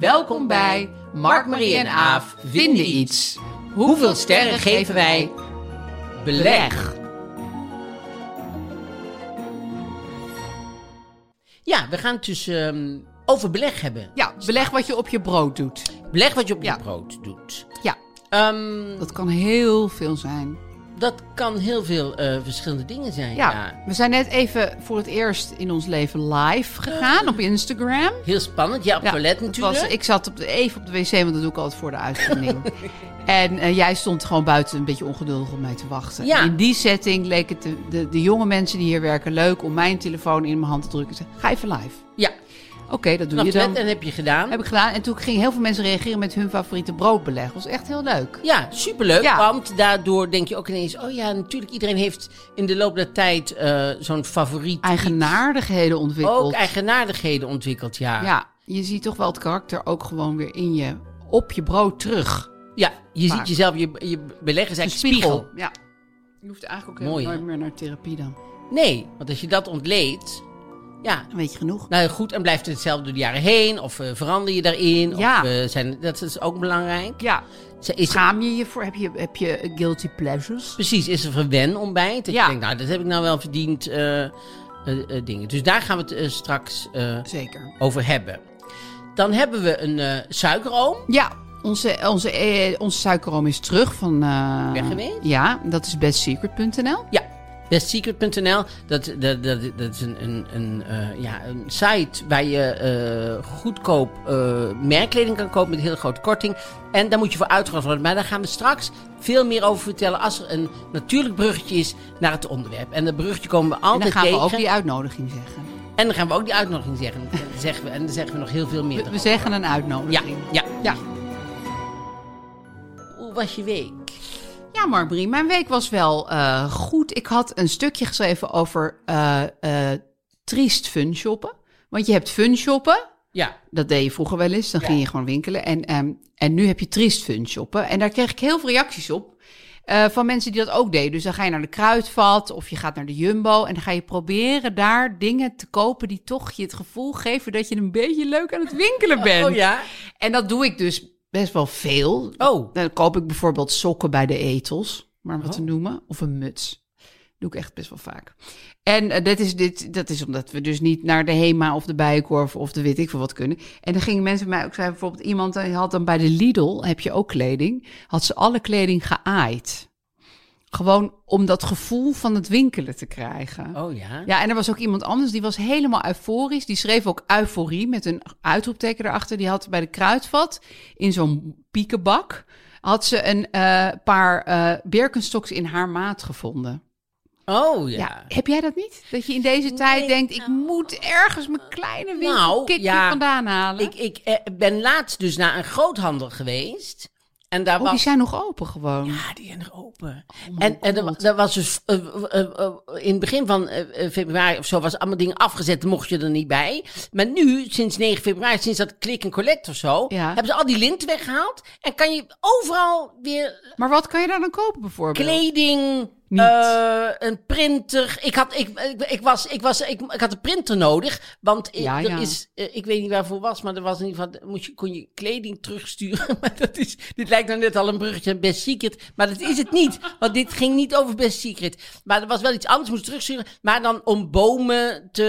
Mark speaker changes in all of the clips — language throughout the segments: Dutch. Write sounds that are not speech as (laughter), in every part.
Speaker 1: Welkom bij Mark, Marie en Aaf vinden iets. Hoeveel sterren geven wij? Beleg. Ja, we gaan het dus ehm, over beleg hebben.
Speaker 2: Ja, beleg wat je op je brood doet.
Speaker 3: Beleg wat je op
Speaker 2: Ja.
Speaker 3: je brood doet.
Speaker 2: Ja,
Speaker 3: Ehm,
Speaker 2: dat kan heel veel zijn.
Speaker 3: dat kan heel veel eh, verschillende dingen zijn.
Speaker 2: Ja,
Speaker 3: ja.
Speaker 2: we zijn net even voor het eerst in ons leven live gegaan op Instagram.
Speaker 3: Heel spannend. Ja, op
Speaker 2: Ja,
Speaker 3: toilet
Speaker 2: dat
Speaker 3: natuurlijk.
Speaker 2: was- ik zat op de, even op de wc, want dat doe ik altijd voor de
Speaker 3: (laughs)
Speaker 2: uitzending. en eh, jij stond gewoon buiten een beetje ongeduldig op mij te wachten.
Speaker 3: Ja.
Speaker 2: En In die setting leek het de, de, de jonge mensen die hier werken leuk om mijn telefoon in mijn hand te drukken. en te zeggen, Ga even live.
Speaker 3: Ja,
Speaker 2: Oké, dat doe
Speaker 3: vanaf
Speaker 2: je dan.
Speaker 3: toilet en heb je gedaan.
Speaker 2: Heb ik gedaan. En toen gingen heel veel mensen reageren met hun favoriete broodbeleg. Dat was echt heel leuk.
Speaker 3: Ja, superleuk.
Speaker 2: Ja.
Speaker 3: Want daardoor denk je ook ineens... Oh ja, natuurlijk, iedereen heeft in de loop der tijd eh, zo'n favoriet.
Speaker 2: Eigenaardigheden ontwikkeld.
Speaker 3: Ook eigenaardigheden ontwikkeld, ja.
Speaker 2: Ja, je ziet toch wel het karakter ook gewoon weer in je, op je brood terug.
Speaker 3: Ja, je
Speaker 2: Vaak.
Speaker 3: ziet jezelf, je, je beleggen is eigenlijk een spiegel.
Speaker 2: Ja. Je hoeft eigenlijk ook
Speaker 3: Mooi,
Speaker 2: helemaal
Speaker 3: hè?
Speaker 2: nooit meer naar therapie dan.
Speaker 3: Nee, want als je dat ontleedt... Ja,
Speaker 2: Dan weet je genoeg.
Speaker 3: nou goed, en blijft het hetzelfde door de jaren heen. Of eh, verander je daarin.
Speaker 2: Ja.
Speaker 3: Of, eh, zijn, dat is ook belangrijk.
Speaker 2: ja.
Speaker 3: Ze- Is er,
Speaker 2: Schaam je je voor? Heb je, heb je guilty pleasures?
Speaker 3: precies, is er verwen ontbijt? Dat
Speaker 2: Ja.
Speaker 3: je denkt, nou, dat heb ik nou wel verdiend. eh, eh, eh, dingen. Dus daar gaan we het eh, straks eh,
Speaker 2: Zeker.
Speaker 3: over hebben. Dan hebben we een eh, suikeroom.
Speaker 2: Ja, onze, onze, eh, onze suikeroom is terug van... eh,
Speaker 3: Weg geweest?
Speaker 2: Ja, dat is bestsecret.nl.
Speaker 3: Ja, bestsecret.nl. Dat, dat, dat, dat is een, een, een, eh, ja, een site waar je eh, goedkoop eh, merkkleding kan kopen met een hele grote korting. En daar moet je voor uitgerust worden. Maar daar gaan we straks veel meer over vertellen als er een natuurlijk bruggetje is naar het onderwerp. En dat bruggetje komen we
Speaker 2: En dan
Speaker 3: altijd
Speaker 2: gaan we
Speaker 3: tegen.
Speaker 2: ook die uitnodiging zeggen.
Speaker 3: En dan gaan we ook die uitnodiging zeggen. En dan zeggen we, en dan zeggen we nog heel veel meer.
Speaker 2: We, we
Speaker 3: erover.
Speaker 2: zeggen een
Speaker 3: ja,
Speaker 2: uitnodiging.
Speaker 3: ja.
Speaker 2: Ja,
Speaker 3: Hoe was je week?
Speaker 2: Ja, Mark-Marie, mijn week was wel eh, goed. Ik had een stukje geschreven over eh, eh, triest fun shoppen. Want je hebt fun shoppen,
Speaker 3: Ja.
Speaker 2: dat deed je vroeger wel eens, dan ging je gewoon winkelen. En, ehm, en nu heb je triest fun shoppen. En daar kreeg ik heel veel reacties op eh, van mensen die dat ook deden. Dus dan ga je naar de Kruidvat of je gaat naar de Jumbo... en dan ga je proberen daar dingen te kopen die toch je het gevoel geven... dat je een beetje leuk aan het winkelen bent.
Speaker 3: Oh ja.
Speaker 2: En dat doe ik dus best wel veel.
Speaker 3: Oh.
Speaker 2: Dan koop ik bijvoorbeeld sokken bij de etels, maar om wat te noemen, of een muts. Doe ik echt best wel vaak. En eh, dat, is dit, dat is omdat we dus niet naar de Hema of de Bijenkorf of de weet ik veel wat kunnen. En dan gingen mensen mij ook zeggen, bijvoorbeeld iemand die had dan bij de Lidl, heb je ook kleding, had ze alle kleding geaaid. Gewoon om dat gevoel van het winkelen te krijgen.
Speaker 3: Oh ja.
Speaker 2: Ja, en er was ook iemand anders die was helemaal euforisch. Die schreef ook euforie met een uitroepteken erachter. Die had bij de kruidvat in zo'n piekenbak had ze een eh, paar eh Birkenstocks in haar maat gevonden.
Speaker 3: Oh
Speaker 2: Ja.
Speaker 3: ja.
Speaker 2: heb jij dat niet? Dat je in deze tijd denkt: ik moet ergens mijn kleine winkelkikje
Speaker 3: Nou, ja,
Speaker 2: vandaan halen. Oh,
Speaker 3: Ik, ik eh, ben laatst dus naar een groothandel geweest. En daar
Speaker 2: oh,
Speaker 3: was... Oh
Speaker 2: die zijn nog open gewoon.
Speaker 3: Ja, Ah, die zijn nog open.
Speaker 2: mijn
Speaker 3: en en er, wa-
Speaker 2: God.
Speaker 3: er was dus... eh, eh, eh, in het begin van eh, eh, februari of zo was allemaal dingen afgezet. mocht je er niet bij. Maar nu, sinds 9 februari, sinds dat klik en collect of zo...
Speaker 2: Ja.
Speaker 3: hebben ze al die linten weggehaald. En kan je overal weer
Speaker 2: Maar wat kan je daar dan kopen bijvoorbeeld?
Speaker 3: kleding...
Speaker 2: Niet.
Speaker 3: Eh, een printer. Ik had, ik, ik, ik was, ik, was, ik, ik had een printer nodig. Want ik,
Speaker 2: Ja,
Speaker 3: er
Speaker 2: ja.
Speaker 3: Is, eh, ik weet niet waarvoor was, maar er was in ieder geval. Moest je, kon je kleding terugsturen. (laughs) Maar dat is, dit lijkt nou net al een bruggetje aan Best Secret. Maar dat is het niet. Want dit ging niet over Best Secret. Maar er was wel iets anders, moest terugsturen. Maar dan om bomen te,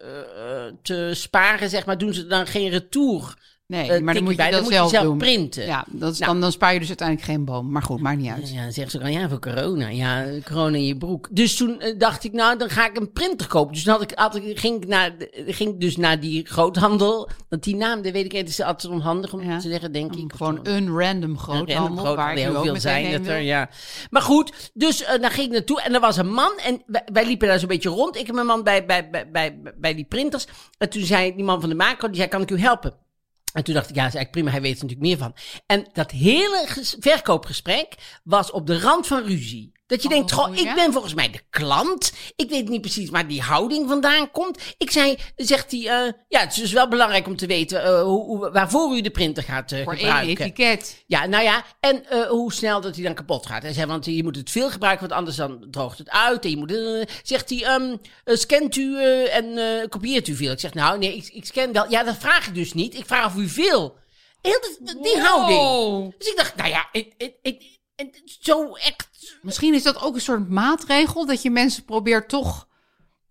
Speaker 3: eh, eh, te sparen, zeg maar, doen ze dan geen retour.
Speaker 2: nee,
Speaker 3: eh, tikkie
Speaker 2: maar dan moet je
Speaker 3: bij,
Speaker 2: dat
Speaker 3: dan moet je
Speaker 2: zelf,
Speaker 3: zelf
Speaker 2: doen.
Speaker 3: printen.
Speaker 2: Ja, dat is,
Speaker 3: Nou.
Speaker 2: dan, dan spaar je dus uiteindelijk geen boom. Maar goed, maakt niet uit.
Speaker 3: Ja, dan zegt ze dan, ja, voor corona. Ja, corona in je broek. Dus toen eh, dacht ik, nou, dan ga ik een printer kopen. Dus toen had ik, had ik, ging ik naar, de- ging ik dus naar die groothandel. Want die naam, dat weet ik niet, het is altijd onhandig om
Speaker 2: Ja.
Speaker 3: te zeggen, denk
Speaker 2: Dan
Speaker 3: ik.
Speaker 2: Gewoon
Speaker 3: Of-
Speaker 2: een random groothandel,
Speaker 3: groot-
Speaker 2: waar ik
Speaker 3: heel
Speaker 2: nu ook
Speaker 3: veel
Speaker 2: meteen
Speaker 3: zijn
Speaker 2: heen
Speaker 3: het er,
Speaker 2: wil.
Speaker 3: ja. Maar goed, dus eh, daar ging ik naartoe en er was een man en wij, wij liepen daar zo'n beetje rond. Ik en mijn man bij, bij, bij, bij, bij die printers. En toen zei die man van de macro, die zei, kan ik u helpen? En toen dacht ik, ja, dat is eigenlijk prima, hij weet er natuurlijk meer van. En dat hele ges- verkoopgesprek was op de rand van ruzie. Dat je denkt, goh, ik
Speaker 2: Oh, ja?
Speaker 3: ben volgens mij de klant. Ik weet niet precies waar die houding vandaan komt. Ik zei, zegt hij, eh, ja, het is dus wel belangrijk om te weten eh, hoe, hoe- waarvoor u de printer gaat eh,
Speaker 2: Voor één
Speaker 3: gebruiken.
Speaker 2: etiket.
Speaker 3: Ja, nou ja, en eh, hoe snel dat hij dan kapot gaat. Hij zei, want je moet het veel gebruiken, want anders dan droogt het uit. En je moet, eh, zegt hij, ehm, eh, scant u eh, en eh, kopieert u veel? Ik zeg, nou nee, ik, ik scan wel. Ja, dat vraag ik dus niet. Ik vraag of u veel. Heel dat- die houding. Dus ik dacht, nou ja, ik, ik, ik, ik- zo echt...
Speaker 2: Misschien is dat ook een soort maatregel dat je mensen probeert toch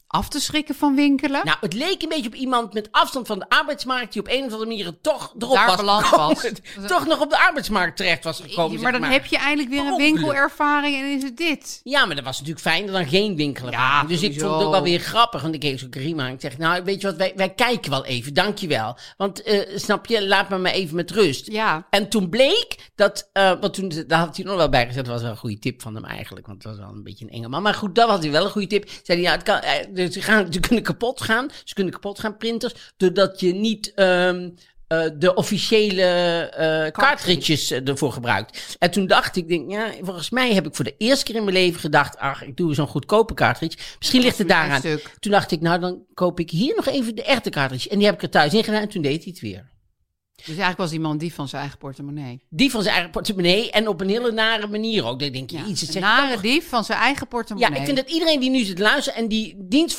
Speaker 2: af te schrikken van winkelen.
Speaker 3: Nou, het leek een beetje op iemand met afstand van de arbeidsmarkt... die op een of andere manier toch erop
Speaker 2: Daar
Speaker 3: was
Speaker 2: beland
Speaker 3: gekomen.
Speaker 2: was.
Speaker 3: (laughs) Toch nog op de arbeidsmarkt terecht was gekomen,
Speaker 2: maar
Speaker 3: zeg
Speaker 2: dan
Speaker 3: maar.
Speaker 2: heb je eigenlijk weer een
Speaker 3: Ongeluk.
Speaker 2: winkelervaring en is het dit.
Speaker 3: Ja, maar dat was natuurlijk fijner dan geen winkelen. waren. dus ik
Speaker 2: sowieso.
Speaker 3: vond het ook wel weer grappig. Want ik keek zo Karima en ik zeg, nou, weet je wat, wij, wij kijken wel even, dankjewel. Want, eh, snap je, laat me maar even met rust.
Speaker 2: Ja.
Speaker 3: En toen bleek dat, eh, want toen, daar had hij nog wel bij gezet, dat was wel een goede tip van hem eigenlijk, want het was wel een beetje een enge man. Maar goed, dat was hij wel een goede tip. Zei hij, ja, het kan, eh, dus ze, gaan, ze kunnen kapot gaan, ze kunnen kapot gaan, printers, doordat je niet ehm, eh, de officiële eh cartridges eh, ervoor gebruikt. En toen dacht ik, denk, ja, volgens mij heb ik voor de eerste keer in mijn leven gedacht, ach, ik doe zo'n goedkope cartridge, misschien ligt het
Speaker 2: Een
Speaker 3: daaraan.
Speaker 2: stuk.
Speaker 3: Toen dacht ik, nou, dan koop ik hier nog even de echte cartridge. En die heb ik er thuis in gedaan en toen deed hij het weer.
Speaker 2: Dus eigenlijk was die man die van zijn eigen portemonnee.
Speaker 3: Die van zijn eigen portemonnee en op een hele nare manier ook. Dan denk je, iets
Speaker 2: een nare dief van zijn eigen portemonnee.
Speaker 3: Ja, ik vind dat iedereen die nu zit te luisteren en die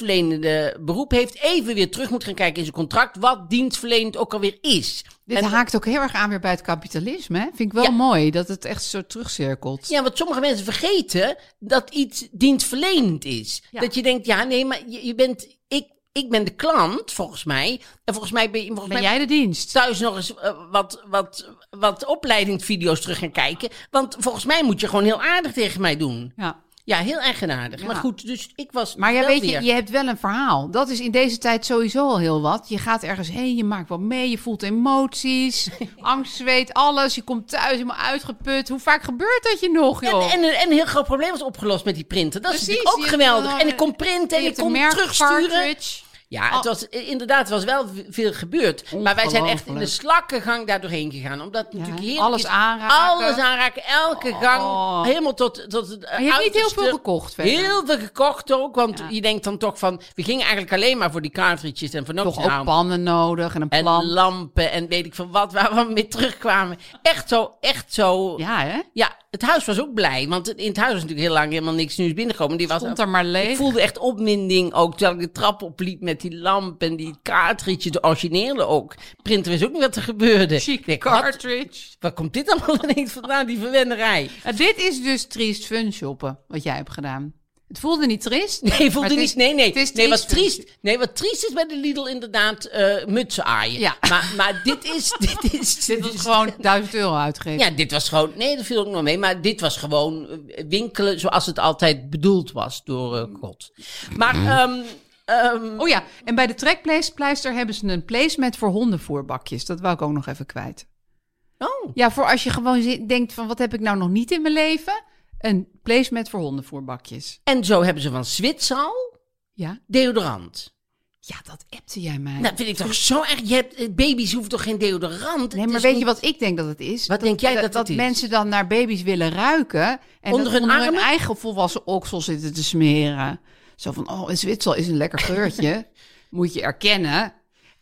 Speaker 3: dienstverlenende beroep heeft, even weer terug moet gaan kijken in zijn contract wat dienstverlenend ook alweer is.
Speaker 2: Dit
Speaker 3: En-
Speaker 2: haakt ook heel erg aan weer bij het kapitalisme. Hè? Vind ik wel
Speaker 3: Ja.
Speaker 2: mooi dat het echt zo terugcirkelt.
Speaker 3: Ja, want sommige mensen vergeten dat iets dienstverlenend is.
Speaker 2: Ja.
Speaker 3: Dat je denkt, ja, nee, maar je, je bent, ik, ik ben de klant, volgens mij. En volgens mij ben, je- volgens
Speaker 2: Ben
Speaker 3: mij
Speaker 2: jij de dienst?
Speaker 3: thuis nog eens eh, wat, wat, wat opleidingsvideo's terug gaan kijken. Want volgens mij moet je gewoon heel aardig tegen mij doen.
Speaker 2: Ja.
Speaker 3: Ja, heel eigenaardig. Maar goed, dus ik was.
Speaker 2: Maar ja,
Speaker 3: wel
Speaker 2: weet
Speaker 3: weer-
Speaker 2: je, je hebt wel een verhaal. Dat is in deze tijd sowieso al heel wat. Je gaat ergens heen, je maakt wat mee, je
Speaker 3: (laughs)
Speaker 2: voelt emoties, angst, zweet, alles. Je komt thuis helemaal uitgeput. Hoe vaak gebeurt dat je nog,
Speaker 3: En,
Speaker 2: joh?
Speaker 3: en, en een heel groot probleem was opgelost met die printer. Dat is
Speaker 2: Precies,
Speaker 3: natuurlijk ook
Speaker 2: je hebt
Speaker 3: geweldig.
Speaker 2: een-
Speaker 3: En ik kon printen en
Speaker 2: je
Speaker 3: ik
Speaker 2: hebt
Speaker 3: kon
Speaker 2: een merk
Speaker 3: terugsturen.
Speaker 2: cartridge.
Speaker 3: Ja, het
Speaker 2: Oh.
Speaker 3: was, eh, inderdaad, er was wel v- veel gebeurd. Maar wij zijn echt in de
Speaker 2: Ongelooflijk.
Speaker 3: slakkengang daar doorheen gegaan. Omdat natuurlijk heerlijk
Speaker 2: alles
Speaker 3: is.
Speaker 2: aanraken. Oh.
Speaker 3: Alles aanraken. Elke gang. Helemaal tot, tot het eh,
Speaker 2: Maar je hebt niet heel
Speaker 3: uiterste.
Speaker 2: veel gekocht verder.
Speaker 3: Heel veel gekocht ook. Want je denkt dan toch van... We gingen eigenlijk alleen maar voor die cartridges en voor
Speaker 2: Toch
Speaker 3: nootjes
Speaker 2: ook pannen nodig en een
Speaker 3: En
Speaker 2: plan.
Speaker 3: lampen en weet ik van wat. Waar we mee terugkwamen. Echt zo, echt zo
Speaker 2: ja, hè?
Speaker 3: ja, het huis was ook blij. Want in het huis was natuurlijk heel lang helemaal niks nieuws binnengekomen. Die was
Speaker 2: Stond er maar leeg.
Speaker 3: Ik voelde echt opminding ook. Terwijl ik de trap opliep met die lamp en die cartridge, de originele ook. Printer wist ook niet wat er gebeurde. Ik
Speaker 2: Chic
Speaker 3: denk, wat,
Speaker 2: cartridge.
Speaker 3: waar komt dit allemaal (laughs) ineens vandaan, die verwennerij?
Speaker 2: Nou, dit is dus triest fun shoppen, wat jij hebt gedaan. Het voelde niet triest.
Speaker 3: Nee,
Speaker 2: maar
Speaker 3: voelde
Speaker 2: het
Speaker 3: niet.
Speaker 2: is-
Speaker 3: nee, nee.
Speaker 2: Het is
Speaker 3: nee, wat
Speaker 2: fun
Speaker 3: triest, nee, wat triest is bij de Lidl inderdaad eh, mutsen aaien.
Speaker 2: Ja.
Speaker 3: Maar, maar dit
Speaker 2: (laughs)
Speaker 3: is... Dit is,
Speaker 2: (laughs) Dit was gewoon 1000 euro uitgeven.
Speaker 3: Ja, dit was gewoon. Nee, dat viel ook nog mee. Maar dit was gewoon eh, winkelen zoals het altijd bedoeld was door eh, God. Maar ehm, ehm,
Speaker 2: Oh ja, en bij de trekpleister hebben ze een placement voor hondenvoerbakjes. Dat wou ik ook nog even kwijt.
Speaker 3: oh,
Speaker 2: Ja, voor als je gewoon zi- denkt van wat heb ik nou nog niet in mijn leven? Een placement voor hondenvoerbakjes.
Speaker 3: en zo hebben ze van Zwitsal
Speaker 2: Ja,
Speaker 3: deodorant.
Speaker 2: ja dat appte jij mij.
Speaker 3: Dat Nou, vind ik toch zo erg. Je hebt, eh, baby's hoeven toch geen deodorant?
Speaker 2: nee,
Speaker 3: Het
Speaker 2: maar
Speaker 3: is
Speaker 2: weet je
Speaker 3: niet-
Speaker 2: wat ik denk dat het is?
Speaker 3: Wat denk jij dat het
Speaker 2: dat
Speaker 3: is?
Speaker 2: mensen dan naar baby's willen ruiken en
Speaker 3: Onder
Speaker 2: dat
Speaker 3: hun
Speaker 2: onder
Speaker 3: armen?
Speaker 2: hun eigen volwassen oksel zitten te smeren. Zo van, oh, een Zwitsel is een lekker
Speaker 3: (laughs)
Speaker 2: geurtje. moet je erkennen.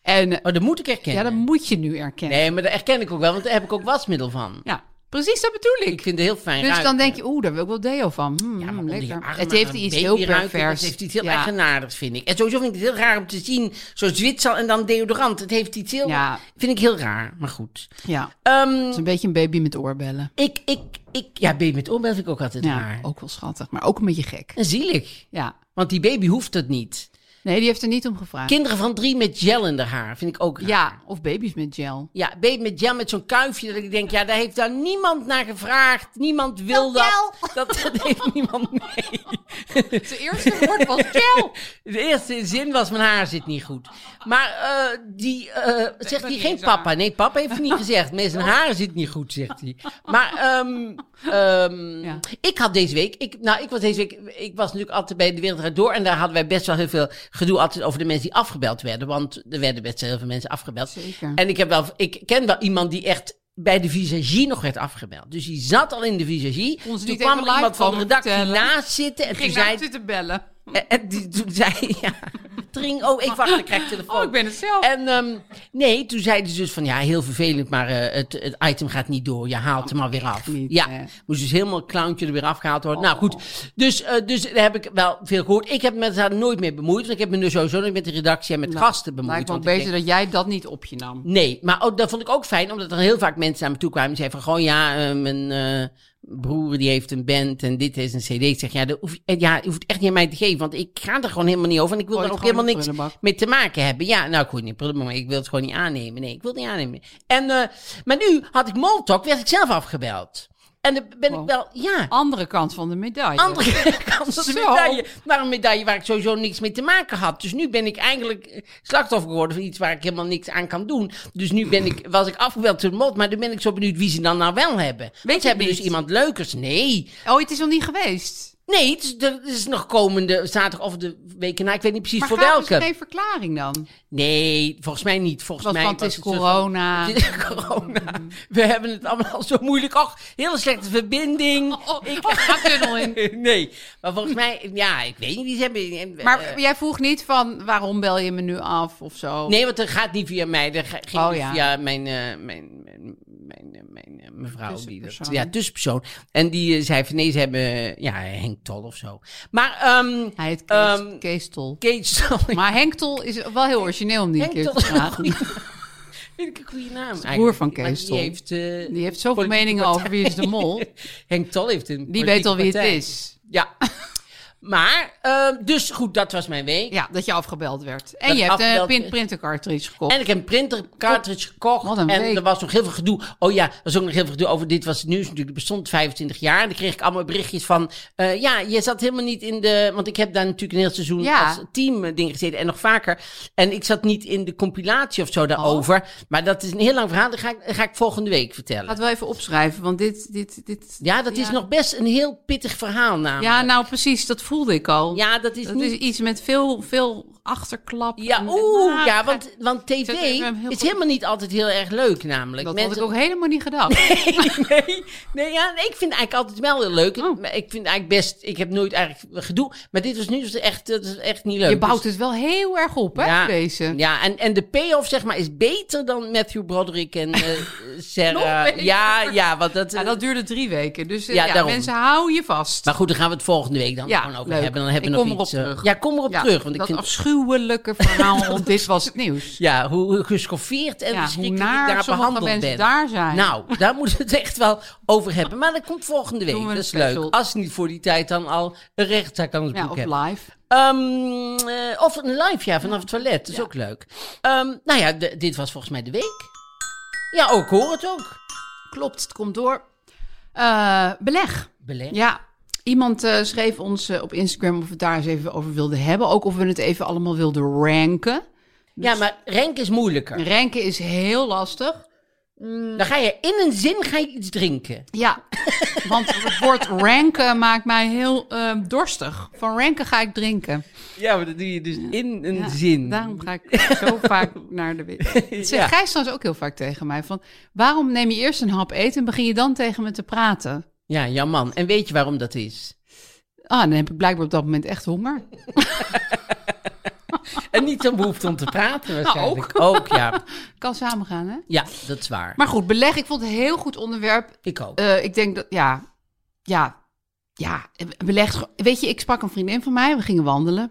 Speaker 2: En
Speaker 3: Oh, dat moet ik herkennen.
Speaker 2: ja, dat moet je nu erkennen.
Speaker 3: Nee, maar dat herken ik ook wel, want daar heb ik ook wasmiddel van.
Speaker 2: Ja,
Speaker 1: Precies, dat bedoel
Speaker 3: Ik vind het heel fijn
Speaker 2: Dus dan
Speaker 3: ruiken.
Speaker 2: denk je, oeh, daar wil ik wel deo van. Hmm,
Speaker 3: Ja, maar
Speaker 2: hmm,
Speaker 3: onder je
Speaker 2: lekker.
Speaker 3: armen
Speaker 2: Het heeft
Speaker 3: een
Speaker 2: iets
Speaker 3: baby
Speaker 2: heel
Speaker 3: ruiken, dat
Speaker 2: pervers.
Speaker 3: Het heeft iets heel
Speaker 2: ja.
Speaker 3: eigenaardigs, vind ik. En sowieso vind ik het heel raar om te zien, zo Zwitser en dan deodorant. Het heeft iets heel,
Speaker 2: Ja.
Speaker 3: vind ik heel raar, maar goed.
Speaker 2: Ja, het
Speaker 3: Ehm,
Speaker 2: is een beetje een baby met oorbellen.
Speaker 3: ik, ik, ik, ja, baby met oorbel vind ik ook altijd
Speaker 2: Ja,
Speaker 3: raar.
Speaker 2: ook wel schattig, maar ook een beetje gek.
Speaker 3: En zielig,
Speaker 2: Ja.
Speaker 3: want die baby hoeft het niet.
Speaker 2: Nee, die heeft er niet om gevraagd.
Speaker 3: Kinderen van drie met gel in haar haar vind ik ook raar.
Speaker 2: ja, of baby's met gel.
Speaker 3: Ja, baby met jam met zo'n kuifje. Dat ik denk, ja, daar heeft daar niemand naar gevraagd. Niemand wil dat. Dat, dat heeft niemand mee.
Speaker 2: Het eerste woord was gel.
Speaker 3: (laughs) De eerste zin was, mijn haar zit niet goed. Maar eh, die, eh, zegt hij
Speaker 1: niet
Speaker 3: geen
Speaker 1: eens aan.
Speaker 3: papa. Nee, papa heeft het
Speaker 2: (laughs)
Speaker 3: niet gezegd. Nee, zijn haar zit niet goed, zegt hij. Maar ehm, ehm,
Speaker 2: Ja.
Speaker 3: ik had deze week... Ik, nou, ik was deze week... Ik was natuurlijk altijd bij De Wereld Draait Door. En daar hadden wij best wel heel veel gedoe altijd over de mensen die afgebeld werden. Want er werden best wel heel veel mensen afgebeld.
Speaker 2: Zeker.
Speaker 3: En ik, heb wel, ik ken wel iemand die echt bij de visagie nog werd afgebeld. Dus die zat al in de visagie.
Speaker 2: Kon ze
Speaker 3: toen
Speaker 2: niet
Speaker 3: kwam
Speaker 2: even
Speaker 3: er iemand
Speaker 2: live
Speaker 3: van de
Speaker 2: komen
Speaker 3: redactie
Speaker 2: vertellen?
Speaker 3: naast zitten. En toen
Speaker 2: Ging
Speaker 3: zei
Speaker 2: nou te bellen.
Speaker 3: en- En die, toen
Speaker 2: (laughs)
Speaker 3: zei ja, Tring, oh, ik wacht, ik krijg telefoon.
Speaker 2: Oh, ik ben het zelf.
Speaker 3: En ehm, nee, toen zeiden ze dus van, ja, heel vervelend, maar eh, het, het item gaat niet door. Je haalt hem alweer af.
Speaker 2: niet, Oh.
Speaker 3: ja,
Speaker 2: hè?
Speaker 3: moest dus helemaal het clowntje er weer afgehaald worden. Nou goed, dus, eh, dus daar heb ik wel veel gehoord. Ik heb me daar nooit mee bemoeid, want ik heb me dus sowieso nooit met de redactie en met gasten bemoeid.
Speaker 2: Nou, Lijkt me ook
Speaker 3: want ik
Speaker 2: beter dat jij dat niet op je nam.
Speaker 3: Nee, maar ook, dat vond ik ook fijn, omdat er heel vaak mensen naar me toe kwamen en zeiden van, gewoon ja, eh, mijn eh, broer die heeft een band en dit is een cd. Ik zeg, ja, dat hoef, je- eh, ja, je hoeft echt niet aan mij te geven, want ik ga er gewoon helemaal niet over en ik wil
Speaker 2: Gooi
Speaker 3: daar ook
Speaker 2: het gewoon
Speaker 3: helemaal
Speaker 2: in de
Speaker 3: niks
Speaker 2: prullenbak.
Speaker 3: mee te maken hebben. Ja, nou goed, niet prullenbak, maar ik wil het gewoon niet aannemen. Nee, ik wil het niet aannemen. En, eh, maar nu had ik Moltok, werd ik zelf afgebeld. En dan ben ik
Speaker 2: Wow.
Speaker 3: wel, ja,
Speaker 2: Andere kant van de medaille.
Speaker 3: andere
Speaker 2: (laughs)
Speaker 3: kant van de
Speaker 2: Zo.
Speaker 3: medaille. Maar Dus een medaille waar ik sowieso niks mee te maken had. Dus nu ben ik eigenlijk eh, slachtoffer geworden van iets waar ik helemaal niks aan kan doen. Dus nu ben ik, was ik afgebeld door de mot, maar dan ben ik zo benieuwd wie ze dan nou wel hebben. Want
Speaker 2: het
Speaker 3: ze hebben
Speaker 2: niet?
Speaker 3: dus iemand leukers. Nee.
Speaker 2: Oh, het is nog niet geweest.
Speaker 3: Nee, het is, er is nog komende zaterdag of de week na. Ik weet niet precies
Speaker 2: Maar
Speaker 3: voor
Speaker 2: gaven
Speaker 3: welke.
Speaker 2: ze geen verklaring dan?
Speaker 3: Nee, volgens mij niet. Volgens
Speaker 2: Want
Speaker 3: mij
Speaker 2: want het
Speaker 3: was
Speaker 2: is
Speaker 3: zo- (laughs)
Speaker 2: corona. Mm.
Speaker 3: Het is corona. We hebben het allemaal al zo moeilijk. Och, hele slechte
Speaker 2: (laughs)
Speaker 3: verbinding.
Speaker 2: Oh, ik ga tunnel in.
Speaker 3: (laughs) Nee, maar volgens mij, ja, ik weet niet. Ze hebben,
Speaker 2: Maar
Speaker 3: eh,
Speaker 2: jij vroeg niet van waarom bel je me nu af of zo?
Speaker 3: Nee, want dat gaat niet via mij. Dat ga- ging
Speaker 2: Oh,
Speaker 3: dus
Speaker 2: ja.
Speaker 3: via mijn, eh, mijn, mijn, mijn, eh, mijn eh, mevrouw. Die dat,
Speaker 2: Tussenpersoon.
Speaker 3: ja, tussenpersoon. En die eh, zei van nee, ze hebben eh, ja, Henk Tol of zo. Maar ehm
Speaker 2: Hij heet Kees,
Speaker 3: ehm,
Speaker 2: Kees Tol.
Speaker 3: Kees (laughs) Tol.
Speaker 2: Maar Henk Tol is wel heel origineel om die een
Speaker 3: Henk
Speaker 2: keer
Speaker 3: Tol
Speaker 2: te
Speaker 3: is een (laughs)
Speaker 2: vragen.
Speaker 3: goeie, vind ik een goede naam eigenlijk.
Speaker 2: broer van
Speaker 3: Maar
Speaker 2: Kees Tol.
Speaker 3: Die heeft, eh,
Speaker 2: Die heeft zoveel
Speaker 3: politieke
Speaker 2: meningen
Speaker 3: partij.
Speaker 2: over wie is de mol.
Speaker 3: (laughs) Henk Tol heeft een
Speaker 2: Die weet al wie het
Speaker 3: politieke
Speaker 2: is.
Speaker 3: partij. Ja. Maar, ehm, dus goed, dat was mijn week.
Speaker 2: Ja, dat je afgebeld werd. En
Speaker 3: Dat
Speaker 2: je hebt
Speaker 3: afgebeld
Speaker 2: een print,
Speaker 3: is.
Speaker 2: printercartridge gekocht.
Speaker 3: En ik heb een printer cartridge gekocht.
Speaker 2: Wat een
Speaker 3: en
Speaker 2: week.
Speaker 3: er was nog heel veel gedoe. Oh ja, er was ook nog heel veel gedoe over dit was het nieuws. Natuurlijk, het bestond 25 jaar. En dan kreeg ik allemaal berichtjes van... eh, ja, je zat helemaal niet in de... Want ik heb daar natuurlijk een heel seizoen
Speaker 2: Ja.
Speaker 3: als team eh, ding gezeten. En nog vaker. En ik zat niet in de compilatie of
Speaker 2: Oh.
Speaker 3: zo daarover. Maar dat is een heel lang verhaal. Dat ga ik, dat ga ik volgende week vertellen.
Speaker 2: Ga het wel even opschrijven, want dit... dit, dit
Speaker 3: ja, dat is nog best een heel pittig verhaal namelijk.
Speaker 2: ja, nou precies, dat voelde ik al.
Speaker 3: Ja, dat is
Speaker 2: dat
Speaker 3: niet...
Speaker 2: is iets met veel, veel achterklap.
Speaker 3: ja,
Speaker 2: en-
Speaker 3: oeh,
Speaker 2: Ah,
Speaker 3: ja, want, want tv
Speaker 2: Zet even hem heel
Speaker 3: is
Speaker 2: goed-
Speaker 3: helemaal niet altijd heel erg leuk namelijk.
Speaker 2: Dat had
Speaker 3: Mensen-
Speaker 2: ik ook helemaal niet gedacht.
Speaker 3: (laughs) nee, nee, ja, nee, ik vind het eigenlijk altijd wel heel leuk.
Speaker 2: Oh.
Speaker 3: Maar Ik vind eigenlijk best, ik heb nooit eigenlijk gedoe. Maar dit was nu dus echt, dat is echt niet leuk.
Speaker 2: Je bouwt
Speaker 3: Dus-
Speaker 2: het wel heel erg op, hè,
Speaker 3: ja,
Speaker 2: deze.
Speaker 3: Ja, en, en de payoff zeg maar is beter dan Matthew Broderick en
Speaker 2: (laughs)
Speaker 3: eh,
Speaker 2: Nog
Speaker 3: Sarah.
Speaker 2: beter.
Speaker 3: Ja, ja, want dat...
Speaker 2: Ja, dat duurde drie weken. Dus eh,
Speaker 3: Ja,
Speaker 2: ja,
Speaker 3: daarom.
Speaker 2: mensen, hou je vast.
Speaker 3: Maar goed, daar gaan we het volgende week dan
Speaker 2: Ja,
Speaker 3: gewoon over
Speaker 2: leuk.
Speaker 3: hebben. Dan hebben we
Speaker 2: Ik
Speaker 3: nog
Speaker 2: kom erop
Speaker 3: iets, eh,
Speaker 2: terug.
Speaker 3: Ja, kom erop
Speaker 2: Ja,
Speaker 3: terug. Want ik
Speaker 2: dat
Speaker 3: vind,
Speaker 2: afschuwelijke
Speaker 3: (laughs)
Speaker 2: verhaal, want dit was het nieuws.
Speaker 3: ja, hoe hoe geschoffeerd en
Speaker 2: Ja, hoe
Speaker 3: verschrikkelijk
Speaker 2: naar
Speaker 3: ik daar
Speaker 2: sommige
Speaker 3: behandeld
Speaker 2: mensen
Speaker 3: ben.
Speaker 2: daar zijn.
Speaker 3: Nou, daar moeten we het echt wel over hebben. Maar dat komt volgende week.
Speaker 2: Doen we
Speaker 3: Dat
Speaker 2: een
Speaker 3: is leuk.
Speaker 2: special.
Speaker 3: Als niet voor die tijd dan al een rechtszaak aan ons
Speaker 2: Ja,
Speaker 3: boek
Speaker 2: of
Speaker 3: hebben.
Speaker 2: live.
Speaker 3: Ehm, eh, of een live, ja, vanaf het toilet. Dat is ook leuk. Ehm, nou ja, de- dit was volgens mij de week. Ja, ook hoor het ook.
Speaker 2: Klopt, het komt door. Eh, beleg.
Speaker 3: Beleg.
Speaker 2: Ja. Iemand eh, schreef ons eh, op Instagram of we het daar eens even over wilden hebben. Ook of we het even allemaal wilden ranken.
Speaker 3: Ja, maar renk is moeilijker.
Speaker 2: Ranken is heel lastig.
Speaker 3: Dan ga je in een zin ga je iets drinken.
Speaker 2: Ja, want het woord ranken maakt mij heel eh, dorstig. Van ranken ga ik drinken.
Speaker 3: Ja, maar dat doe je dus in een
Speaker 2: Ja, Daarom ga ik zo vaak naar de winkel. Dat zegt
Speaker 3: Ja.
Speaker 2: Gijs trouwens ook heel vaak tegen mij. Van, waarom neem je eerst een hap eten en begin je dan tegen me te praten?
Speaker 3: Ja, ja man. En weet je waarom dat is?
Speaker 2: Ah, dan heb ik blijkbaar op dat moment echt honger.
Speaker 3: En niet zo'n behoefte om te
Speaker 2: Nou,
Speaker 3: praten waarschijnlijk. ook. ja.
Speaker 2: Kan samengaan, hè?
Speaker 3: Ja, dat is waar.
Speaker 2: Maar goed, beleg. Ik vond het een heel goed onderwerp.
Speaker 3: ik ook.
Speaker 2: Eh, ik denk dat, ja, ja, ja, beleg. Weet je, ik sprak een vriendin van mij, we gingen wandelen.